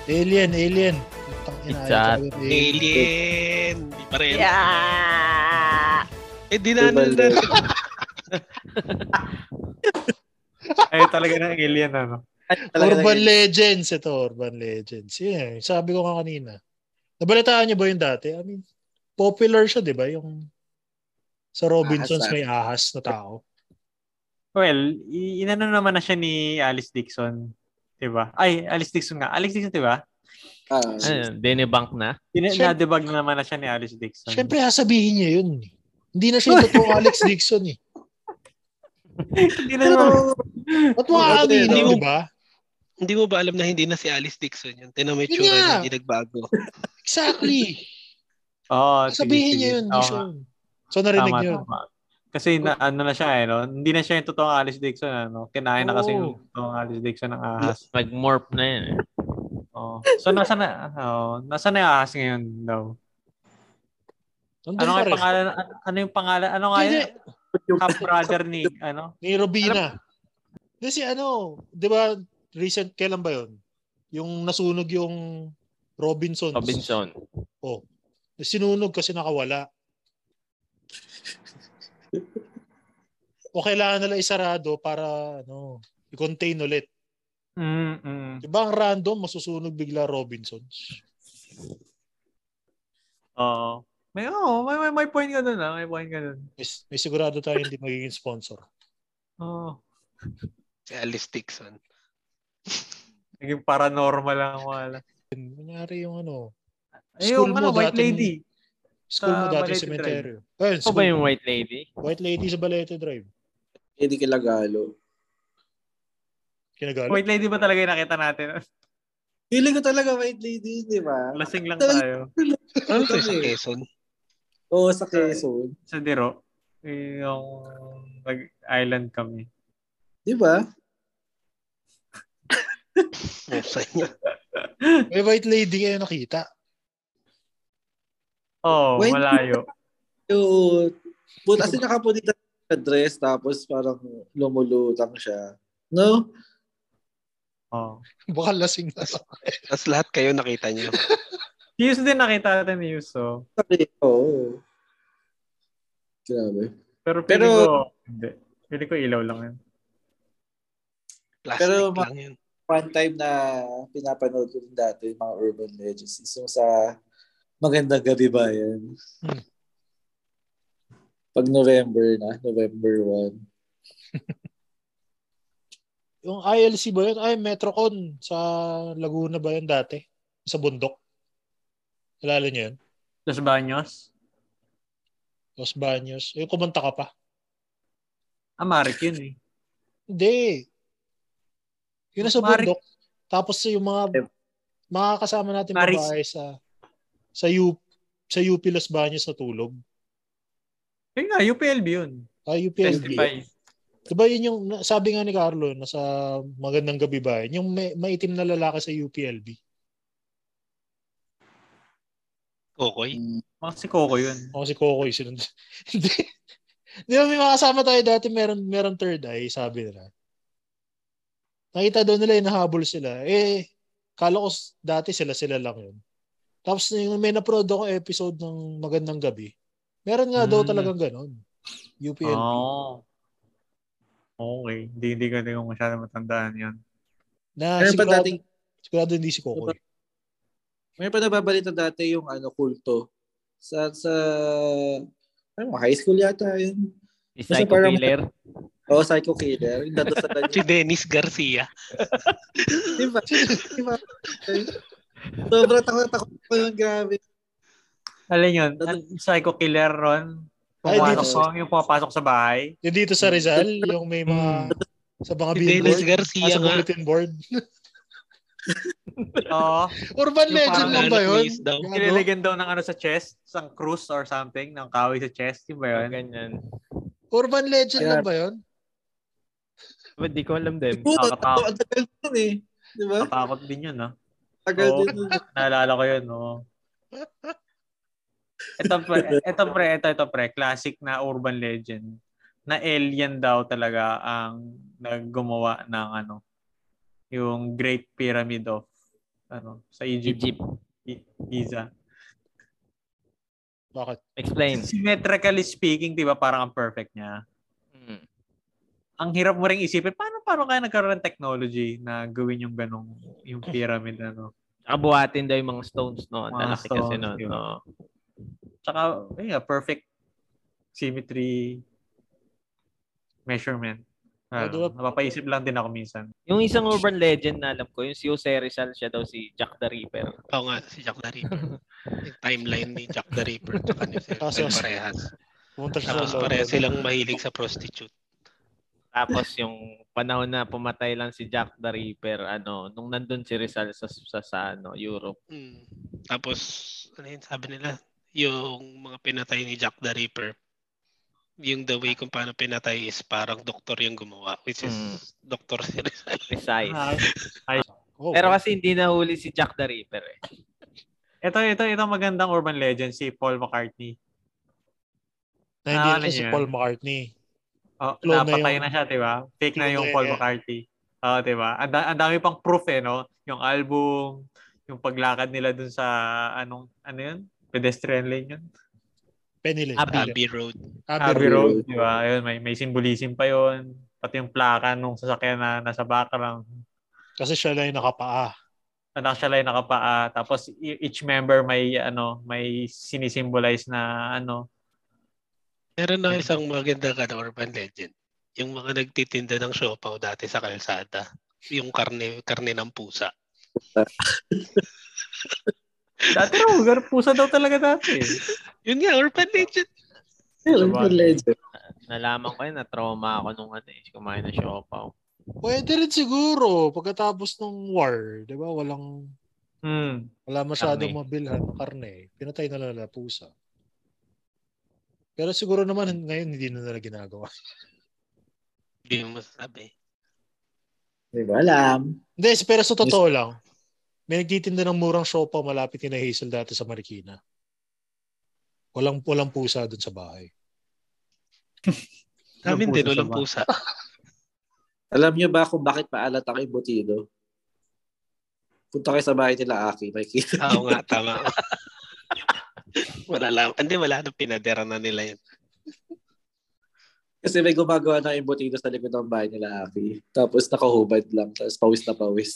Speaker 7: alien, alien. Putang ina,
Speaker 8: It's
Speaker 7: ayaw
Speaker 8: a
Speaker 7: talaga ng alien.
Speaker 6: Alien! Di pa rin.
Speaker 8: Yeah!
Speaker 6: Eh, dinanal na.
Speaker 4: Ay, talaga ng alien, ano.
Speaker 5: Talaga
Speaker 7: Urban
Speaker 5: nag-
Speaker 7: Legends ito, Urban Legends. Yeah, sabi ko nga kanina. Nabalitaan niyo ba yung dati? I mean, popular siya, di ba? Yung sa Robinsons
Speaker 5: Ahas,
Speaker 7: may ahas na tao.
Speaker 4: Well, i- inano naman na siya ni Alice Dixon. Diba? Ay, Alice Dixon nga. Alice Dixon, diba?
Speaker 5: Ah,
Speaker 8: Ayun, dinibank na.
Speaker 4: Dine-
Speaker 7: Siyempre.
Speaker 4: na-debug na naman na siya ni Alice Dixon.
Speaker 7: Siyempre, sasabihin niya yun. eh. Hindi na siya yung totoo Alex Dixon eh.
Speaker 4: Hindi na naman.
Speaker 7: Ba't mo aaminin,
Speaker 6: Hindi mo-
Speaker 7: di ba?
Speaker 6: Hindi mo ba alam na hindi na si Alice Dixon yun? Tinan mo yung
Speaker 7: Yun
Speaker 6: tsura
Speaker 7: nga.
Speaker 6: niya, hindi nagbago.
Speaker 7: Exactly.
Speaker 4: Oh,
Speaker 7: Sabihin niya yun, hindi siya. yun. So narinig niyo.
Speaker 4: tama. Kasi na, ano na siya eh, no? Hindi na siya yung totoong Alice Dixon, ano? Kinain na kasi yung totoong Alice Dixon ng ahas.
Speaker 8: Nag-morph na yun. eh.
Speaker 4: Oh. So, nasa na, oh, nasa na yung ahas ngayon daw?
Speaker 7: Nandun
Speaker 4: Ano
Speaker 7: pa
Speaker 4: nga yung
Speaker 7: rin.
Speaker 4: pangalan, an- ano yung pangalan, ano nga
Speaker 7: Hindi,
Speaker 4: yun? Half-brother ni, ano?
Speaker 7: ni Robina. Kasi ano, di ba, recent, kailan ba yun? Yung nasunog yung Robinsons. Oh.
Speaker 8: Robinson.
Speaker 7: Sinunog kasi nakawala. o kailangan nila isarado para ano, i-contain ulit.
Speaker 4: Mm-mm.
Speaker 7: Di ba ang random, masusunog bigla Robinsons?
Speaker 4: Oo. May, oh, may, may, may point ka dun, ah. May point ka dun.
Speaker 7: May, may sigurado tayo hindi magiging sponsor.
Speaker 4: Oo.
Speaker 6: si Alice Dixon.
Speaker 4: Naging paranormal ang wala.
Speaker 7: Yun, Kunyari yung ano,
Speaker 4: Ayun,
Speaker 7: School
Speaker 4: ano,
Speaker 7: mo
Speaker 4: white
Speaker 7: dating-
Speaker 4: lady.
Speaker 7: school mo
Speaker 4: Sa
Speaker 7: dati
Speaker 4: Balete
Speaker 7: cemetery. Ayun,
Speaker 8: Ano ba
Speaker 7: school.
Speaker 8: yung white lady?
Speaker 7: White Lady sa Balete Drive.
Speaker 5: Hindi kilagalo.
Speaker 7: Kinagalo.
Speaker 4: White lady ba talaga yung nakita natin?
Speaker 5: Feeling ko talaga white lady, di ba?
Speaker 4: Lasing lang
Speaker 5: Talaga-
Speaker 4: tayo.
Speaker 6: Ano
Speaker 7: eh.
Speaker 6: to sa
Speaker 5: Kami.
Speaker 6: Quezon?
Speaker 5: Oo, sa Quezon.
Speaker 4: Sa Diro. Yung nag-island kami.
Speaker 5: Di ba?
Speaker 6: Pusa niya.
Speaker 7: May White Lady kayo nakita.
Speaker 4: Oo, oh,
Speaker 5: White-
Speaker 4: malayo.
Speaker 5: Oo. But kasi nakapunita sa dress tapos parang lumulutang siya. No?
Speaker 4: Oo. Oh.
Speaker 7: Baka lasing na.
Speaker 6: Tapos lahat kayo nakita niyo.
Speaker 4: Yus din nakita natin ni Yus, oh.
Speaker 5: Sabi ko, oo. Grabe.
Speaker 4: Pero
Speaker 5: Pero-
Speaker 4: feeling ko, hindi. Feeling ko ilaw lang yun.
Speaker 6: Plastic
Speaker 5: Pero ma-
Speaker 6: lang yun.
Speaker 5: One time na pinapanood ko din dati yung mga urban legends. is Yung sa magandang gabi ba yan?
Speaker 7: Hmm.
Speaker 5: Pag November na, November 1.
Speaker 7: Yung ILC ba yun? Ay, Metrocon sa Laguna ba yun dati? Sa bundok. Alala niyo yun?
Speaker 4: Los Baños?
Speaker 7: Los Baños. Yung kumanta ka pa.
Speaker 4: Ah, Marik yun eh.
Speaker 7: Hindi. Yun na sa
Speaker 4: Mari-
Speaker 7: bundok. Tapos yung mga mga kasama natin
Speaker 4: Maris-
Speaker 7: babae sa sa U sa UP Los Baños sa tulog.
Speaker 4: Yun nga, UPLB yun.
Speaker 7: Ah, UPLB.
Speaker 4: Testify.
Speaker 7: Diba yun yung sabi nga ni Carlo nasa magandang gabi ba yun? Yung may, maitim na lalaki sa UPLB.
Speaker 6: Kokoy.
Speaker 4: Mga si Coco yun.
Speaker 7: Ako si Coco yung sinunod. Hindi. Di ba may mga kasama tayo dati, meron, meron third eye, sabi nila. Nakita daw nila, inahabol sila. Eh, kala ko s- dati sila-sila lang yun. Tapos yung may naprod ako episode ng Magandang Gabi. Meron nga daw
Speaker 4: Mm.
Speaker 7: talagang ganun. UPL.
Speaker 6: Ah.
Speaker 4: Oo. Oh. Okay. Hindi, hindi ko, hindi ko masyado matandaan yun.
Speaker 7: Na
Speaker 5: Meron pa
Speaker 7: sigurado,
Speaker 5: dating,
Speaker 7: sigurado hindi si Coco. eh.
Speaker 5: meron pa nababalita dati yung ano, kulto. Sa, sa, ano, high school yata yun.
Speaker 8: Si
Speaker 5: Basta
Speaker 8: Psycho
Speaker 5: parang-
Speaker 8: Killer.
Speaker 5: Oo, oh, psycho killer. Yung dato sa
Speaker 6: Si
Speaker 5: kanya.
Speaker 6: Dennis Garcia.
Speaker 5: Di ba? Di ba? Sobrang takot takot ko yung grabe.
Speaker 4: Alin yun? Ang psycho killer ron.
Speaker 7: Ay,
Speaker 4: Pumapasok
Speaker 7: dito
Speaker 4: ko, yung pumapasok sa bahay.
Speaker 7: Yung dito sa Rizal, yung may mga, sa mga
Speaker 6: Si
Speaker 7: billboard,
Speaker 6: Dennis Garcia
Speaker 7: ah, sa
Speaker 6: nga.
Speaker 7: bulletin board.
Speaker 4: Oo.
Speaker 7: Urban
Speaker 4: Yung
Speaker 7: legend
Speaker 4: parang
Speaker 7: lang Ano ba
Speaker 6: anak
Speaker 7: yun?
Speaker 6: quiz daw.
Speaker 7: Gago.
Speaker 4: Nililigan daw ng ano sa chest, isang cruise or something, ng kawi sa chest. Yung ba
Speaker 8: Oh,
Speaker 4: yun?
Speaker 8: ganyan.
Speaker 7: Urban legend lang ba yun?
Speaker 8: Ba't di ko alam din?
Speaker 5: Puto,
Speaker 4: Nakakatawa.
Speaker 5: ang tagal din eh. Di ba?
Speaker 4: Nakakot din yun, no?
Speaker 5: Tagal
Speaker 4: Oo.
Speaker 5: din nun.
Speaker 4: Naalala ko yun, no? Ito pre, ito pre, ito, ito pre, classic na urban legend na alien daw talaga ang naggumawa ng ano, yung Great Pyramid of ano, sa Egypt,
Speaker 8: Egypt.
Speaker 4: I- Giza.
Speaker 7: Bakit?
Speaker 8: Explain.
Speaker 4: Symmetrically speaking, 'di ba, parang ang perfect niya.
Speaker 8: Hmm.
Speaker 4: Ang hirap mo ring isipin, paano paano kaya nagkaroon ng technology na gawin yung ganong yung pyramid ano.
Speaker 8: Tsaka buhatin daw yung mga stones, no? Ang
Speaker 4: Mga
Speaker 8: lalaki kasi,
Speaker 4: stones,
Speaker 8: no?
Speaker 4: yun.
Speaker 8: no?
Speaker 4: Tsaka, eh, perfect symmetry measurement. Ah,
Speaker 7: O, di ba?
Speaker 4: Napapaisip lang din ako minsan.
Speaker 8: Yung isang urban legend na alam ko, yung si Jose Rizal, siya daw si Jack the Ripper.
Speaker 6: Oo nga, si Jack the Ripper. Yung timeline ni Jack the Ripper tsaka ni Sir
Speaker 7: Kaso-
Speaker 6: Fred parehas.
Speaker 7: Pumunta siya
Speaker 6: Tapos
Speaker 7: sa
Speaker 6: parehas
Speaker 7: London.
Speaker 6: silang mahilig sa prostitute.
Speaker 8: Tapos yung panahon na pumatay lang si Jack the Ripper, ano, nung nandun si Rizal sa, sa, sa ano, Europe.
Speaker 6: Mm. Tapos, ano yun, sabi nila, yung mga pinatay ni Jack the Ripper, yung the way kung paano pinatay is parang doktor yung gumawa, which is
Speaker 8: Mm.
Speaker 6: doktor si Rizal.
Speaker 8: Precise.
Speaker 4: Ah,
Speaker 7: Oh,
Speaker 8: Pero kasi hindi nahuli si Jack the Ripper eh.
Speaker 4: ito, ito, ito magandang urban legend, si Paul McCartney.
Speaker 7: nandiyan
Speaker 4: ano
Speaker 7: na si
Speaker 4: yun?
Speaker 7: Paul McCartney.
Speaker 4: Oh,
Speaker 7: Clone na
Speaker 4: napatay
Speaker 7: yung-
Speaker 4: na, siya, di ba? Fake na
Speaker 7: Clone
Speaker 4: yung
Speaker 7: na
Speaker 4: Paul
Speaker 7: yun, yeah.
Speaker 4: McCartney. Oo, di ba? Ang da- ang dami pang proof eh, no? Yung album, yung paglakad nila dun sa, anong, ano yun? Pedestrian lane yun?
Speaker 7: Penny Lane.
Speaker 8: Abbey.
Speaker 6: Abbey Road.
Speaker 4: Abbey Road, di ba? Ayun, may, may symbolism pa yun. Pati yung plaka nung sasakyan na nasa background.
Speaker 7: Kasi siya lang yung nakapaa.
Speaker 4: Anak siya lang nakapaa. Tapos e- each member may, ano, may sinisimbolize na, ano,
Speaker 6: Meron na isang maganda ka na urban legend. Yung mga nagtitinda ng siopaw dati sa kalsada. Yung karne, karne ng pusa.
Speaker 4: dati raw, gar- pusa daw talaga dati. eh.
Speaker 6: Yun nga, urban legend.
Speaker 5: Urban legend.
Speaker 8: Nalaman ko yun, na-trauma ako nung ano eh, kumain ng siopaw.
Speaker 7: Pwede rin siguro pagkatapos ng war, 'di ba? Walang
Speaker 4: Hmm.
Speaker 7: wala masyadong
Speaker 8: Karne.
Speaker 7: mabilhan ng karne. Pinatay na lang nila pusa. Pero siguro naman ngayon hindi na nila ginagawa.
Speaker 6: Hindi mo masasabi.
Speaker 5: Di ba alam?
Speaker 7: Hindi, pero sa totoo lang, may nagtitinda ng murang siopaw malapit kina Hazel dati sa Marikina. Walang walang pusa doon sa bahay.
Speaker 6: Namin
Speaker 4: pusa
Speaker 6: din,
Speaker 4: sa
Speaker 6: walang
Speaker 4: ba-
Speaker 6: pusa.
Speaker 5: Alam niyo ba kung bakit maalat ang embutido? Punta kayo sa bahay nila Aki, makikita.
Speaker 6: Ah, Oo nga, tama. wala lang. Hindi, wala na pinadera na nila yun.
Speaker 5: Kasi may gumagawa ng embutido sa likod ng bahay nila Aki. Tapos nakahubad lang, tapos pawis na pawis.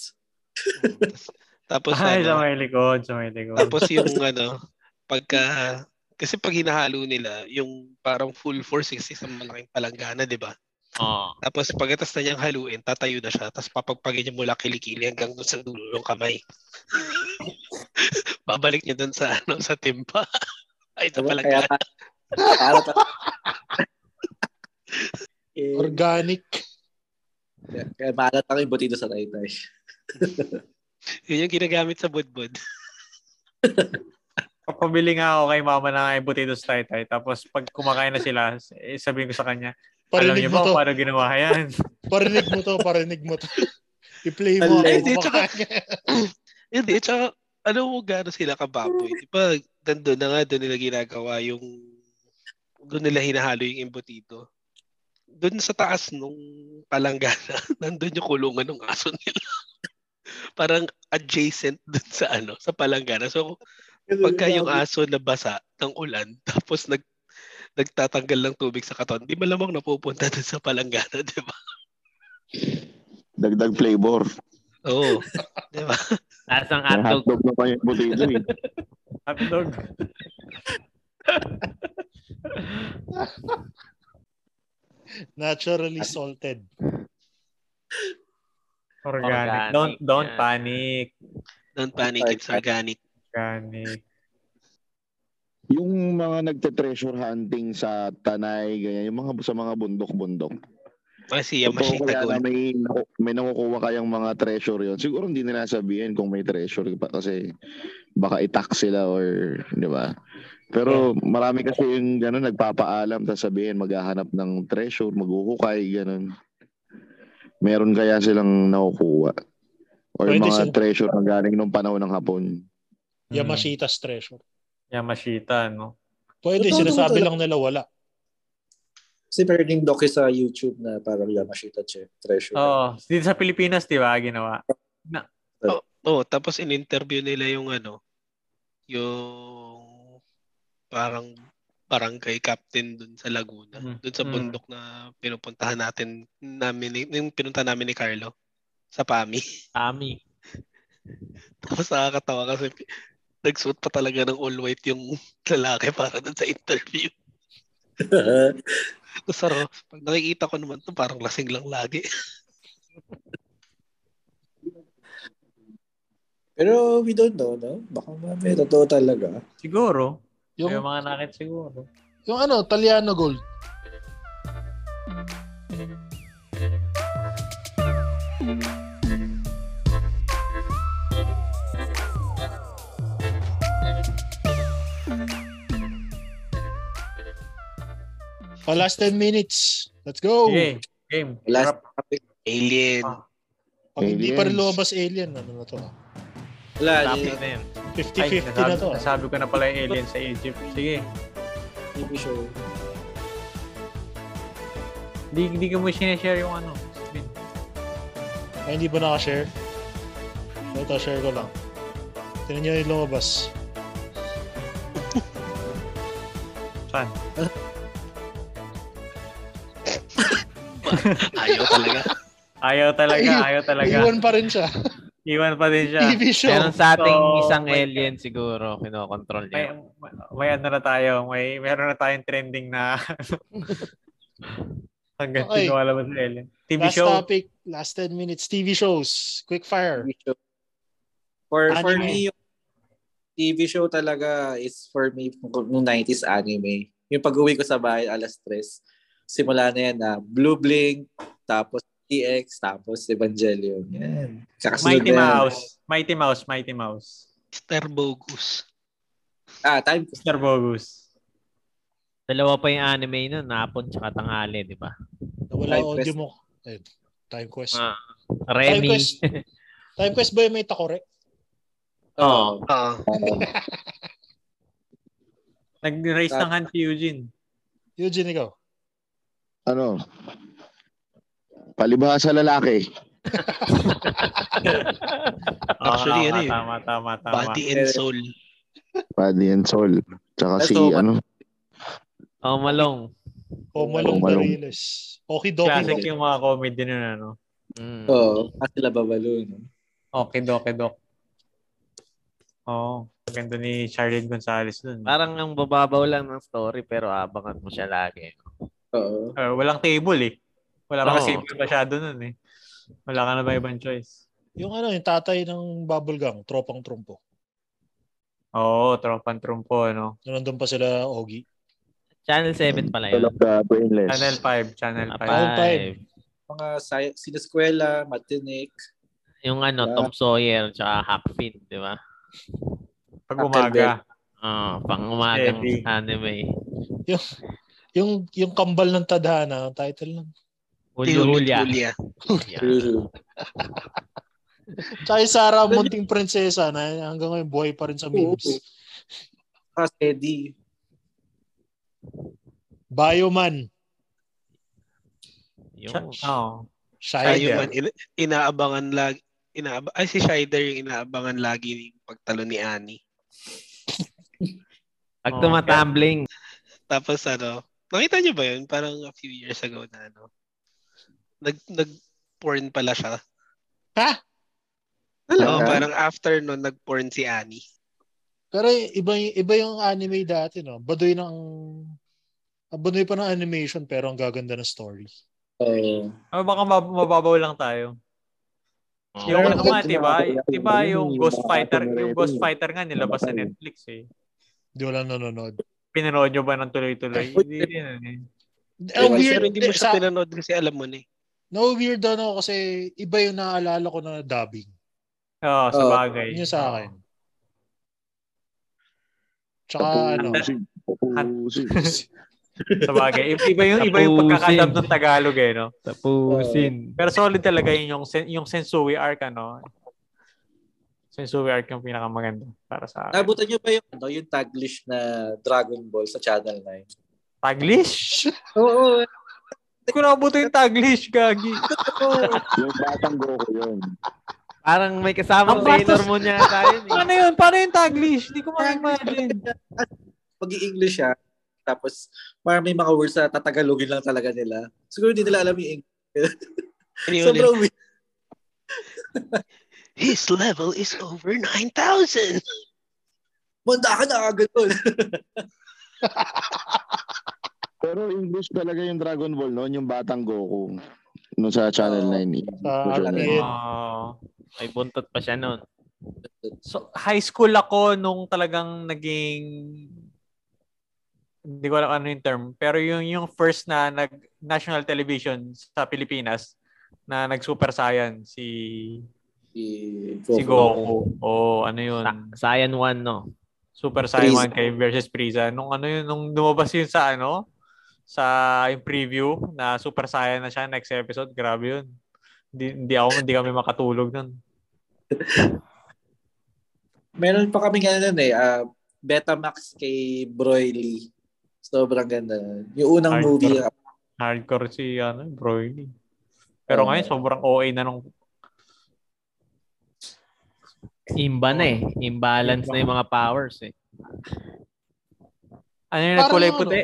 Speaker 6: Tapos,
Speaker 4: Ay, sa
Speaker 6: ano,
Speaker 4: may likod, sa may likod.
Speaker 6: Tapos yung ano, pagka, kasi pag hinahalo nila, yung parang full force kasi sa malaking palanggana, di ba?
Speaker 8: Oo.
Speaker 6: Tapos pagkatas na niyang haluin, tatayo na siya, tapos papagpagin niya mula kilikili hanggang doon sa dulo ng kamay. Babalik niya doon sa ano, sa timpa. Ay, sa
Speaker 5: Diba? Kaya
Speaker 6: palanggana.
Speaker 5: pa- maalat ang... Eh,
Speaker 7: Organic.
Speaker 5: Kaya maalat ang embutido sa taytay.
Speaker 6: Yun yung ginagamit sa budbud.
Speaker 4: Papabili nga ako kay mama ng embutidos tay-tay. Tapos pag kumakain na sila, eh, sabihin ko sa kanya, alam
Speaker 7: Parinig
Speaker 4: niyo
Speaker 7: mo
Speaker 4: ba
Speaker 7: to.
Speaker 4: kung paano ginawa yan?
Speaker 7: Parinig mo to, parinig mo to. I-play
Speaker 5: Alay.
Speaker 7: mo. ako
Speaker 6: Hindi, tsaka-
Speaker 7: kumakain.
Speaker 6: Hindi, at saka, alam mo gano'n sila kababoy. Di ba, nandun na nga, doon nila ginagawa yung, doon nila hinahalo yung embutido. Doon sa taas nung palanggana, nandun yung kulungan ng aso nila. Parang adjacent doon sa ano, sa palanggana. So, pagka yung aso nabasa ng ulan, tapos nag, nagtatanggal ng tubig sa katon, di malamang napupunta doon sa palanggana, di ba?
Speaker 9: Dagdag flavor.
Speaker 6: Oo. di ba?
Speaker 8: Taas ang
Speaker 9: Ang
Speaker 8: atog.
Speaker 9: hotdog na pa yung potato eh.
Speaker 4: Hotdog.
Speaker 7: Naturally salted.
Speaker 4: Organic.
Speaker 8: Organic,
Speaker 4: Don't, don't
Speaker 8: yan.
Speaker 4: panic.
Speaker 6: Don't panic, it's organic.
Speaker 4: Organic.
Speaker 9: Yung mga nagte-treasure hunting sa Tanay, ganyan, yung mga sa mga bundok-bundok.
Speaker 6: Kasi yung
Speaker 9: Totoo
Speaker 6: machine
Speaker 9: kaya na
Speaker 6: tagol.
Speaker 9: may, naku- may nakukuha kayang mga treasure yon. Siguro hindi nila sabihin kung may treasure pa kasi baka itak sila or di ba? Pero marami kasi yung gano'n nagpapaalam tapos sabihin maghahanap ng treasure, maghuhukay, gano'n. Meron kaya silang nakukuha. Or
Speaker 7: Pwede
Speaker 9: mga
Speaker 7: sila.
Speaker 9: treasure na galing nung panahon ng Hapon.
Speaker 4: Mm-hmm.
Speaker 7: Yamashita's treasure.
Speaker 4: Yamashita, no?
Speaker 7: Pwede,
Speaker 5: Totoo
Speaker 7: sinasabi
Speaker 5: naman
Speaker 7: lang nila wala.
Speaker 5: Kasi pwedeng doki sa YouTube na parang Yamashita Chef Treasure.
Speaker 4: Oo. Oh, dito sa Pilipinas, di ba, ginawa?
Speaker 6: Oo, Oh, tapos in-interview nila yung ano, yung parang barangay captain dun sa Laguna,
Speaker 4: Mm.
Speaker 6: dun sa
Speaker 4: Mm.
Speaker 6: bundok na pinupuntahan natin namin ni- yung pinunta namin ni Carlo sa Pami.
Speaker 8: Kami.
Speaker 6: tapos nakakatawa kasi nagsuot pa talaga ng all white yung lalaki para dun sa interview. Saro, pag nakikita ko naman to parang lasing lang lagi.
Speaker 5: Pero we don't know, no? Baka may totoo talaga.
Speaker 4: Siguro.
Speaker 7: Yung-
Speaker 4: Yung mga nakit siguro.
Speaker 7: Yung ano, Taliano Gold. Oh, last 10 minutes. Let's go.
Speaker 4: Sige, game.
Speaker 5: Last
Speaker 4: Wrap.
Speaker 5: topic.
Speaker 6: Alien.
Speaker 7: Pag hindi pa rin
Speaker 9: Aliens.
Speaker 7: lumabas alien, ano na to? ah?
Speaker 5: Wala,
Speaker 4: Topic na yan. Ay,
Speaker 7: 50-50
Speaker 4: nasabi,
Speaker 7: na to. ah.
Speaker 4: nasabi ko na pala yung alien sa Egypt. Sige.
Speaker 5: TV show.
Speaker 4: Hindi, hindi ko mo sinishare yung ano. Sabihin.
Speaker 7: Ay, hindi ba nakashare? Ito, share ko lang. Tingnan nyo yung lumabas.
Speaker 4: Saan?
Speaker 6: Ayaw talaga.
Speaker 4: Ayaw talaga,
Speaker 7: Ay,
Speaker 4: ayaw talaga. Iwan,
Speaker 7: Iwan pa rin siya.
Speaker 4: pa din siya.
Speaker 7: TV show.
Speaker 8: Meron sa ating
Speaker 4: So,
Speaker 8: isang
Speaker 4: may-
Speaker 8: alien siguro, kinokontrol
Speaker 4: May,
Speaker 8: niya.
Speaker 4: may ano na tayo, may meron na tayong trending na hanggang
Speaker 7: Okay.
Speaker 4: ginawa naman sa alien. TV
Speaker 7: Last
Speaker 4: show.
Speaker 7: topic, last 10 minutes. TV shows. Quick fire.
Speaker 5: TV show. For,
Speaker 7: Anime.
Speaker 5: for me, yung TV show talaga is for me nung 90s anime. Yung pag-uwi ko sa bahay alas 3. Simula na yan na Blue Blink, tapos TX, tapos Evangelion. Yan. Kakasunod
Speaker 4: Mighty
Speaker 5: na yan.
Speaker 4: Mouse. Mighty Mouse, Mighty Mouse.
Speaker 6: Mr. Bogus.
Speaker 5: Ah, time ko.
Speaker 4: Mr. Bogus.
Speaker 8: Dalawa pa yung anime nun, hapon tsaka tanghali, di ba?
Speaker 7: Nawala
Speaker 5: Time
Speaker 7: ang audio
Speaker 5: Quest.
Speaker 7: mo. Ayun. Time Quest.
Speaker 8: Ah,
Speaker 7: Time
Speaker 8: Remy.
Speaker 7: Quest. Time Quest ba yung may takore?
Speaker 5: Oh.
Speaker 6: Ah,
Speaker 4: Nag-raise ng hand si Eugene.
Speaker 7: Eugene, ikaw.
Speaker 9: Ano? Palibhasa sa lalaki.
Speaker 6: Actually,
Speaker 4: Oo,
Speaker 6: ano
Speaker 4: tama, Ah,
Speaker 6: yun.
Speaker 4: Tama, tama, tama.
Speaker 6: body and soul.
Speaker 9: Body and soul. Tsaka si,
Speaker 5: That's all.
Speaker 9: ano,
Speaker 8: Oh, Malong.
Speaker 7: O Malong
Speaker 9: Malong.
Speaker 7: Bariles. Okidoki.
Speaker 4: Classic yung mga comedy nun, ano.
Speaker 8: Mm.
Speaker 5: Oh, ah, sila babalo. No?
Speaker 4: Okay, dok, okay, dok. Oo. Oh, ganda ni Charlene Gonzalez dun.
Speaker 8: Parang ang bababaw lang ng story pero abangan mo siya lagi.
Speaker 5: Oo.
Speaker 4: Uh, walang table eh. Wala ka
Speaker 8: Oo.
Speaker 4: kasi masyado nun eh. Wala ka na ba ibang choice?
Speaker 7: Yung ano, yung tatay ng bubblegum, tropang trumpo.
Speaker 4: Oo, tropan trumpo, ano. no?
Speaker 7: Yung nandun pa sila, Ogi.
Speaker 8: Channel 7 pala yun.
Speaker 9: Tulog na brainless.
Speaker 4: Channel 5, Channel
Speaker 8: Ah,
Speaker 4: 5.
Speaker 7: Channel five.
Speaker 8: five.
Speaker 5: Mga sci- sineskwela, matinik,
Speaker 8: Yung ano,
Speaker 5: Yeah.
Speaker 8: Tom Sawyer tsaka Hackfin, di ba?
Speaker 4: Pag umaga.
Speaker 8: Ah, pang umagang
Speaker 4: Steady.
Speaker 8: anime.
Speaker 7: Yung, yung kambal ng tadhana, ang title lang.
Speaker 8: Huli-hulya.
Speaker 6: Julia.
Speaker 8: Yeah.
Speaker 5: Lulu.
Speaker 7: Tsaka yung Sarah ang Munting Prinsesa na hanggang ngayon buhay pa rin sa memes.
Speaker 5: Saka steady.
Speaker 7: Bioman.
Speaker 8: Yung,
Speaker 4: Oo.
Speaker 7: Shia.
Speaker 6: Tayo
Speaker 4: Shider.
Speaker 6: man, ina- inaabangan lagi. Inaab Ay, si Shider yung inaabangan lagi yung pagtalo ni Annie.
Speaker 8: pag
Speaker 4: Oh,
Speaker 8: tumatumbling,
Speaker 6: Tapos ano, nakita niyo ba yun? Parang a few years ago na ano. Nag, nag-porn pala siya. Oo,
Speaker 9: Talaga?
Speaker 6: parang after nun, nag-porn si Annie.
Speaker 7: Pero iba, y- iba yung anime dati, no? Baduy ng... Baduy pa ng animation pero ang gaganda ng story.
Speaker 5: Oo.
Speaker 4: Oh, baka mab- mababaw lang tayo. Yung
Speaker 7: Pero
Speaker 4: ano
Speaker 7: ako-
Speaker 4: nga, di ba? Di ba yung
Speaker 9: yung
Speaker 4: Ghost
Speaker 9: mga
Speaker 4: Fighter,
Speaker 9: Atom
Speaker 4: yung
Speaker 9: Raven,
Speaker 4: Ghost
Speaker 9: eh.
Speaker 4: Fighter nga nilabas sa
Speaker 9: Namatay.
Speaker 4: Netflix eh.
Speaker 7: Hindi wala nanonood.
Speaker 4: Pinanood nyo ba ng tuloy-tuloy?
Speaker 5: Uy,
Speaker 4: Hindi rin. ano eh.
Speaker 7: Ang
Speaker 6: Pero
Speaker 7: weird,
Speaker 6: hindi mo
Speaker 7: sa-
Speaker 6: siya pinanood kasi alam mo na eh.
Speaker 7: No, weird ano kasi iba yung naalala ko na dubbing.
Speaker 4: Oo, sa
Speaker 5: Oo.
Speaker 4: bagay.
Speaker 7: Yun yung
Speaker 6: Ah.
Speaker 7: sa akin. Tsaka ano,
Speaker 9: Tapusin. Tapusin.
Speaker 4: Sa bagay. Iba- Iba yung, iba yung
Speaker 8: Tapusin.
Speaker 4: pagkakadab ng Tagalog eh, no?
Speaker 8: tapusin.
Speaker 4: Pero solid talaga yun yung, sen- yung Sensui arc, ano? Sensui arc yung pinakamaganda para sa akin.
Speaker 5: Nabutan niyo ba yung, ano, yung taglish na Dragon Ball sa Channel 9?
Speaker 4: Taglish?
Speaker 5: Oo.
Speaker 4: Hindi ko nakabuto yung Taglish, gagi.
Speaker 9: yung batang Goku yun.
Speaker 8: Parang may kasamang
Speaker 4: Ang
Speaker 8: Sailor
Speaker 4: bastos-
Speaker 8: Moon yata yun. Eh.
Speaker 4: Paano yun? Paano yung Taglish? Hindi ko ma-imagine.
Speaker 5: pag english siya, tapos parang may mga words na tatagalogin lang talaga nila. Siguro hindi nila alam yung English.
Speaker 6: Hindi Ano yun,
Speaker 5: Sobrang weird.
Speaker 6: His level is over 9,000!
Speaker 5: Manda ka na agad doon.
Speaker 9: Pero English talaga yung Dragon Ball noon, yung Batang Goku. Noon sa Channel 9.
Speaker 7: Sa
Speaker 9: Sure,
Speaker 7: akin,
Speaker 4: Ah,
Speaker 8: May buntot pa siya noon.
Speaker 4: so, high school ako nung talagang naging hindi ko alam ano yung term. Pero yung, yung first na nag national television sa Pilipinas na nag Super Saiyan si
Speaker 5: Si
Speaker 4: si Goku. Oh, ano yun?
Speaker 8: Sa- Saiyan 1, no?
Speaker 4: Super Saiyan
Speaker 5: Frieza.
Speaker 4: 1 kay versus Frieza. Nung ano yun, nung lumabas yun sa ano, sa yung preview na Super Saiyan na siya next episode, grabe yun. Hindi, hindi ako, hindi kami makatulog nun.
Speaker 5: Meron pa kami ganun nun eh, ah, Betamax kay Broly. Sobrang ganda. nun. Yung unang
Speaker 4: Hardcore.
Speaker 5: movie. ah,
Speaker 4: Hardcore si ano, Broly. Pero
Speaker 5: Oo.
Speaker 4: ngayon, sobrang OA na nung
Speaker 8: Imba na eh. Imbalance na yung mga powers eh.
Speaker 4: ano yung
Speaker 7: Parang
Speaker 4: kulay
Speaker 7: ano?
Speaker 4: puti.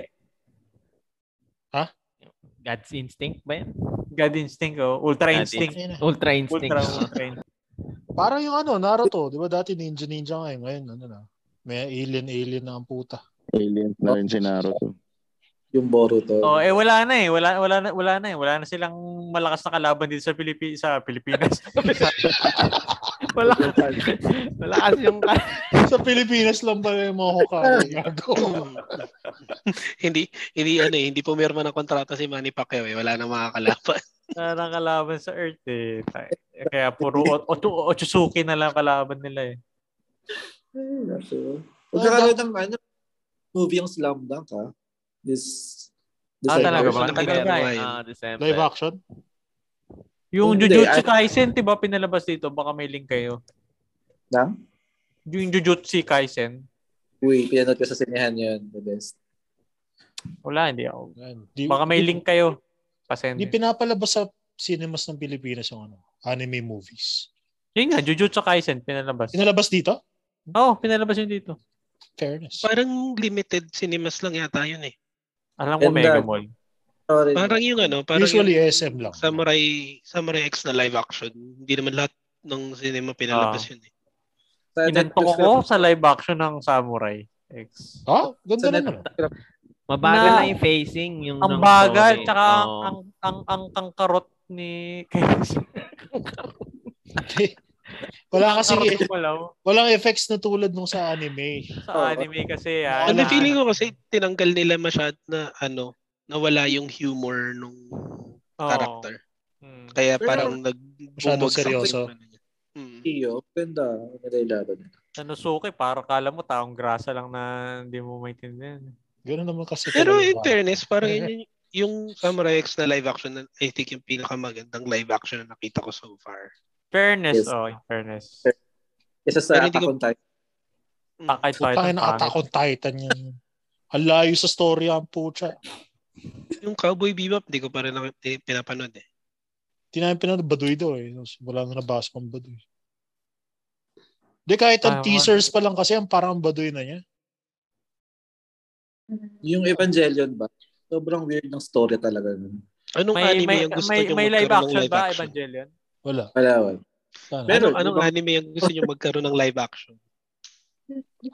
Speaker 8: God's instinct ba yan?
Speaker 4: God Instinct, oh. Ultra
Speaker 8: God
Speaker 4: Instinct.
Speaker 7: Ayun na.
Speaker 8: Ultra instinct.
Speaker 4: Ultra, ultra instinct.
Speaker 7: Parang ano, yung ano, Naruto, di ba dati ninja ninja ngayon, ngayon ano na. May alien alien na ang puta.
Speaker 9: Alien na rin si Naruto.
Speaker 5: Yung Boruto.
Speaker 4: Oh, eh wala na eh. Wala wala na wala na eh. Wala na silang malakas na kalaban dito sa Pilipi sa Pilipinas.
Speaker 8: wala, wala kasi yung...
Speaker 7: Sa Pilipinas lang pala yung mga Hokage. Gago.
Speaker 6: hindi, hindi, ano eh, hindi pumirma ng kontrata si Manny Pacquiao eh. Wala na makakalaban.
Speaker 4: Wala na kalaban sa Earth eh. Tay- Kaya puro o- Otu- Otsutsuki na lang kalaban nila eh.
Speaker 5: Ay, nako. Magkakaroon ng ano, movie yung Slam Dunk ha. This, this
Speaker 4: Ah, talaga
Speaker 6: Orsha
Speaker 4: ba?
Speaker 6: na
Speaker 4: Tagal na
Speaker 6: ginagawa
Speaker 4: eh.
Speaker 6: yun.
Speaker 8: Ah, December.
Speaker 7: Live action?
Speaker 4: Yung
Speaker 5: Hindi,
Speaker 4: Jujutsu
Speaker 5: I-
Speaker 4: Kaisen, 'di ba pinalabas dito? Baka may link kayo.
Speaker 5: Na?
Speaker 4: Yung Jujutsu Kaisen.
Speaker 5: Uy, pinanood ko sa sinehan yun. The best.
Speaker 4: Wala, hindi ako.
Speaker 7: Ayun. Di,
Speaker 4: Baka may
Speaker 7: di-
Speaker 4: link kayo.
Speaker 7: Di
Speaker 4: Pasensya.
Speaker 7: pinapalabas sa cinemas ng Pilipinas yung ano, anime movies.
Speaker 4: Yung nga, Jujutsu Kaisen, pinalabas.
Speaker 7: Inalabas dito?
Speaker 4: Oo, oh, pinalabas yun dito.
Speaker 7: Fairness.
Speaker 6: Parang limited cinemas lang yata yun eh.
Speaker 4: Alam ko,
Speaker 5: And
Speaker 4: Mega
Speaker 5: that-
Speaker 4: Mall.
Speaker 5: Sorry.
Speaker 6: Parang yung ano, parang
Speaker 7: Usually
Speaker 6: yung
Speaker 7: SM lang.
Speaker 6: Samurai, Samurai X na live action. Hindi naman lahat ng cinema
Speaker 4: Ah.
Speaker 6: pinalabas yun eh.
Speaker 5: Sa
Speaker 4: Inantok
Speaker 5: Netflix
Speaker 4: ko
Speaker 5: lang-
Speaker 4: sa live action ng Samurai X.
Speaker 7: Ha?
Speaker 5: Sa
Speaker 7: Ganda na naman.
Speaker 5: Netflix lang.
Speaker 8: Mabagal
Speaker 4: Na-
Speaker 8: na yung facing. Yung
Speaker 4: Ang
Speaker 8: ng
Speaker 4: bagal,
Speaker 8: story.
Speaker 4: tsaka
Speaker 8: Oo.
Speaker 4: ang, ang, ang, ang karot ni...
Speaker 7: Wala kasi eh,
Speaker 4: Karot ko lang
Speaker 7: walang effects na tulad nung sa anime.
Speaker 5: Oo.
Speaker 4: sa anime kasi. Ah,
Speaker 6: Ano
Speaker 4: na-
Speaker 6: feeling ko kasi tinanggal nila masyad na ano, nawala yung humor nung
Speaker 4: Oo.
Speaker 6: character.
Speaker 4: Hmm.
Speaker 6: Kaya
Speaker 5: Pero-
Speaker 6: parang nag
Speaker 7: Masyadong seryoso.
Speaker 6: Mm.
Speaker 5: Iyo, ganda. Ganda yung laban.
Speaker 4: Nanosuke, para kala mo taong grasa lang na hindi mo maintindihan.
Speaker 7: Ganun naman kasi.
Speaker 6: Pero
Speaker 7: talaga.
Speaker 6: in fairness, parang yun, yung- yung Samurai X na live action, na, I think yung pinakamagandang live action na nakita ko so far.
Speaker 4: Fairness,
Speaker 5: Yes.
Speaker 4: oh, in fairness.
Speaker 5: Isa sa
Speaker 6: Pero hindi
Speaker 5: Attack
Speaker 6: ko-
Speaker 5: on Titan.
Speaker 6: Mm.
Speaker 4: Takay
Speaker 7: Putang
Speaker 4: Titan,
Speaker 7: ina, Attack
Speaker 4: pangit.
Speaker 7: on Titan yan. Ang layo sa story ang pucha.
Speaker 6: Yung Cowboy Bebop, hindi ko pa rin nak- eh, pinapanood eh.
Speaker 7: Di namin pinanood, baduy daw eh. Wala na nabasa kong baduy. Di kahit
Speaker 4: Tama.
Speaker 7: ang teasers pa lang kasi ang parang baduy na niya.
Speaker 5: Yung Evangelion ba? Sobrang weird ng story talaga. nun.
Speaker 6: Anong
Speaker 4: May,
Speaker 6: anime
Speaker 4: may,
Speaker 6: yung gusto
Speaker 4: may,
Speaker 6: nyo
Speaker 4: may live
Speaker 6: magkaroon ng
Speaker 4: action ba, Evangelion?
Speaker 7: Wala.
Speaker 5: Wala, wala.
Speaker 7: Sana.
Speaker 5: Pero-
Speaker 6: Anong, anong anime yung gusto nyo magkaroon ng live action?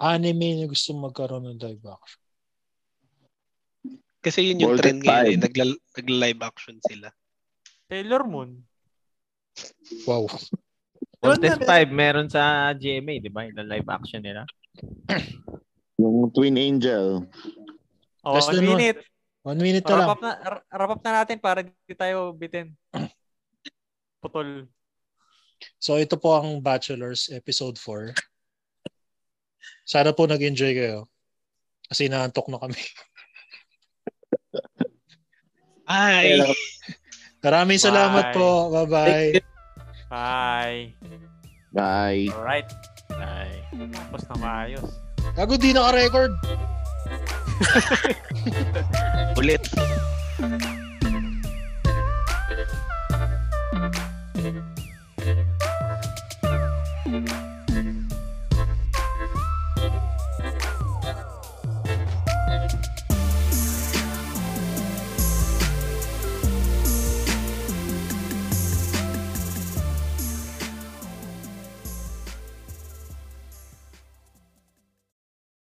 Speaker 7: anime na gusto magkaroon ng live action.
Speaker 6: Kasi yun yung
Speaker 9: Voltec
Speaker 6: trend ngayon eh.
Speaker 9: five.
Speaker 6: Nagla, nagla-live action sila.
Speaker 4: Sailor Moon.
Speaker 7: Wow.
Speaker 8: Contest 5, meron sa GMA, di ba? Yung live action nila.
Speaker 9: Yung Twin Angel.
Speaker 4: Oh,
Speaker 7: Less
Speaker 4: one
Speaker 7: than one.
Speaker 4: minute.
Speaker 7: One minute na lang.
Speaker 4: Wrap up na, r- wrap up na natin para hindi tayo bitin. Putol.
Speaker 7: So ito po ang Bachelors Episode 4. Sana po nag-enjoy kayo. Kasi inaantok na kami.
Speaker 6: Ay!
Speaker 7: Maraming
Speaker 4: Bye.
Speaker 7: salamat po. Bye-bye.
Speaker 4: Bye.
Speaker 9: Bye.
Speaker 4: Alright. Bye. Tapos na maayos.
Speaker 7: Gago di naka-record.
Speaker 6: Ulit.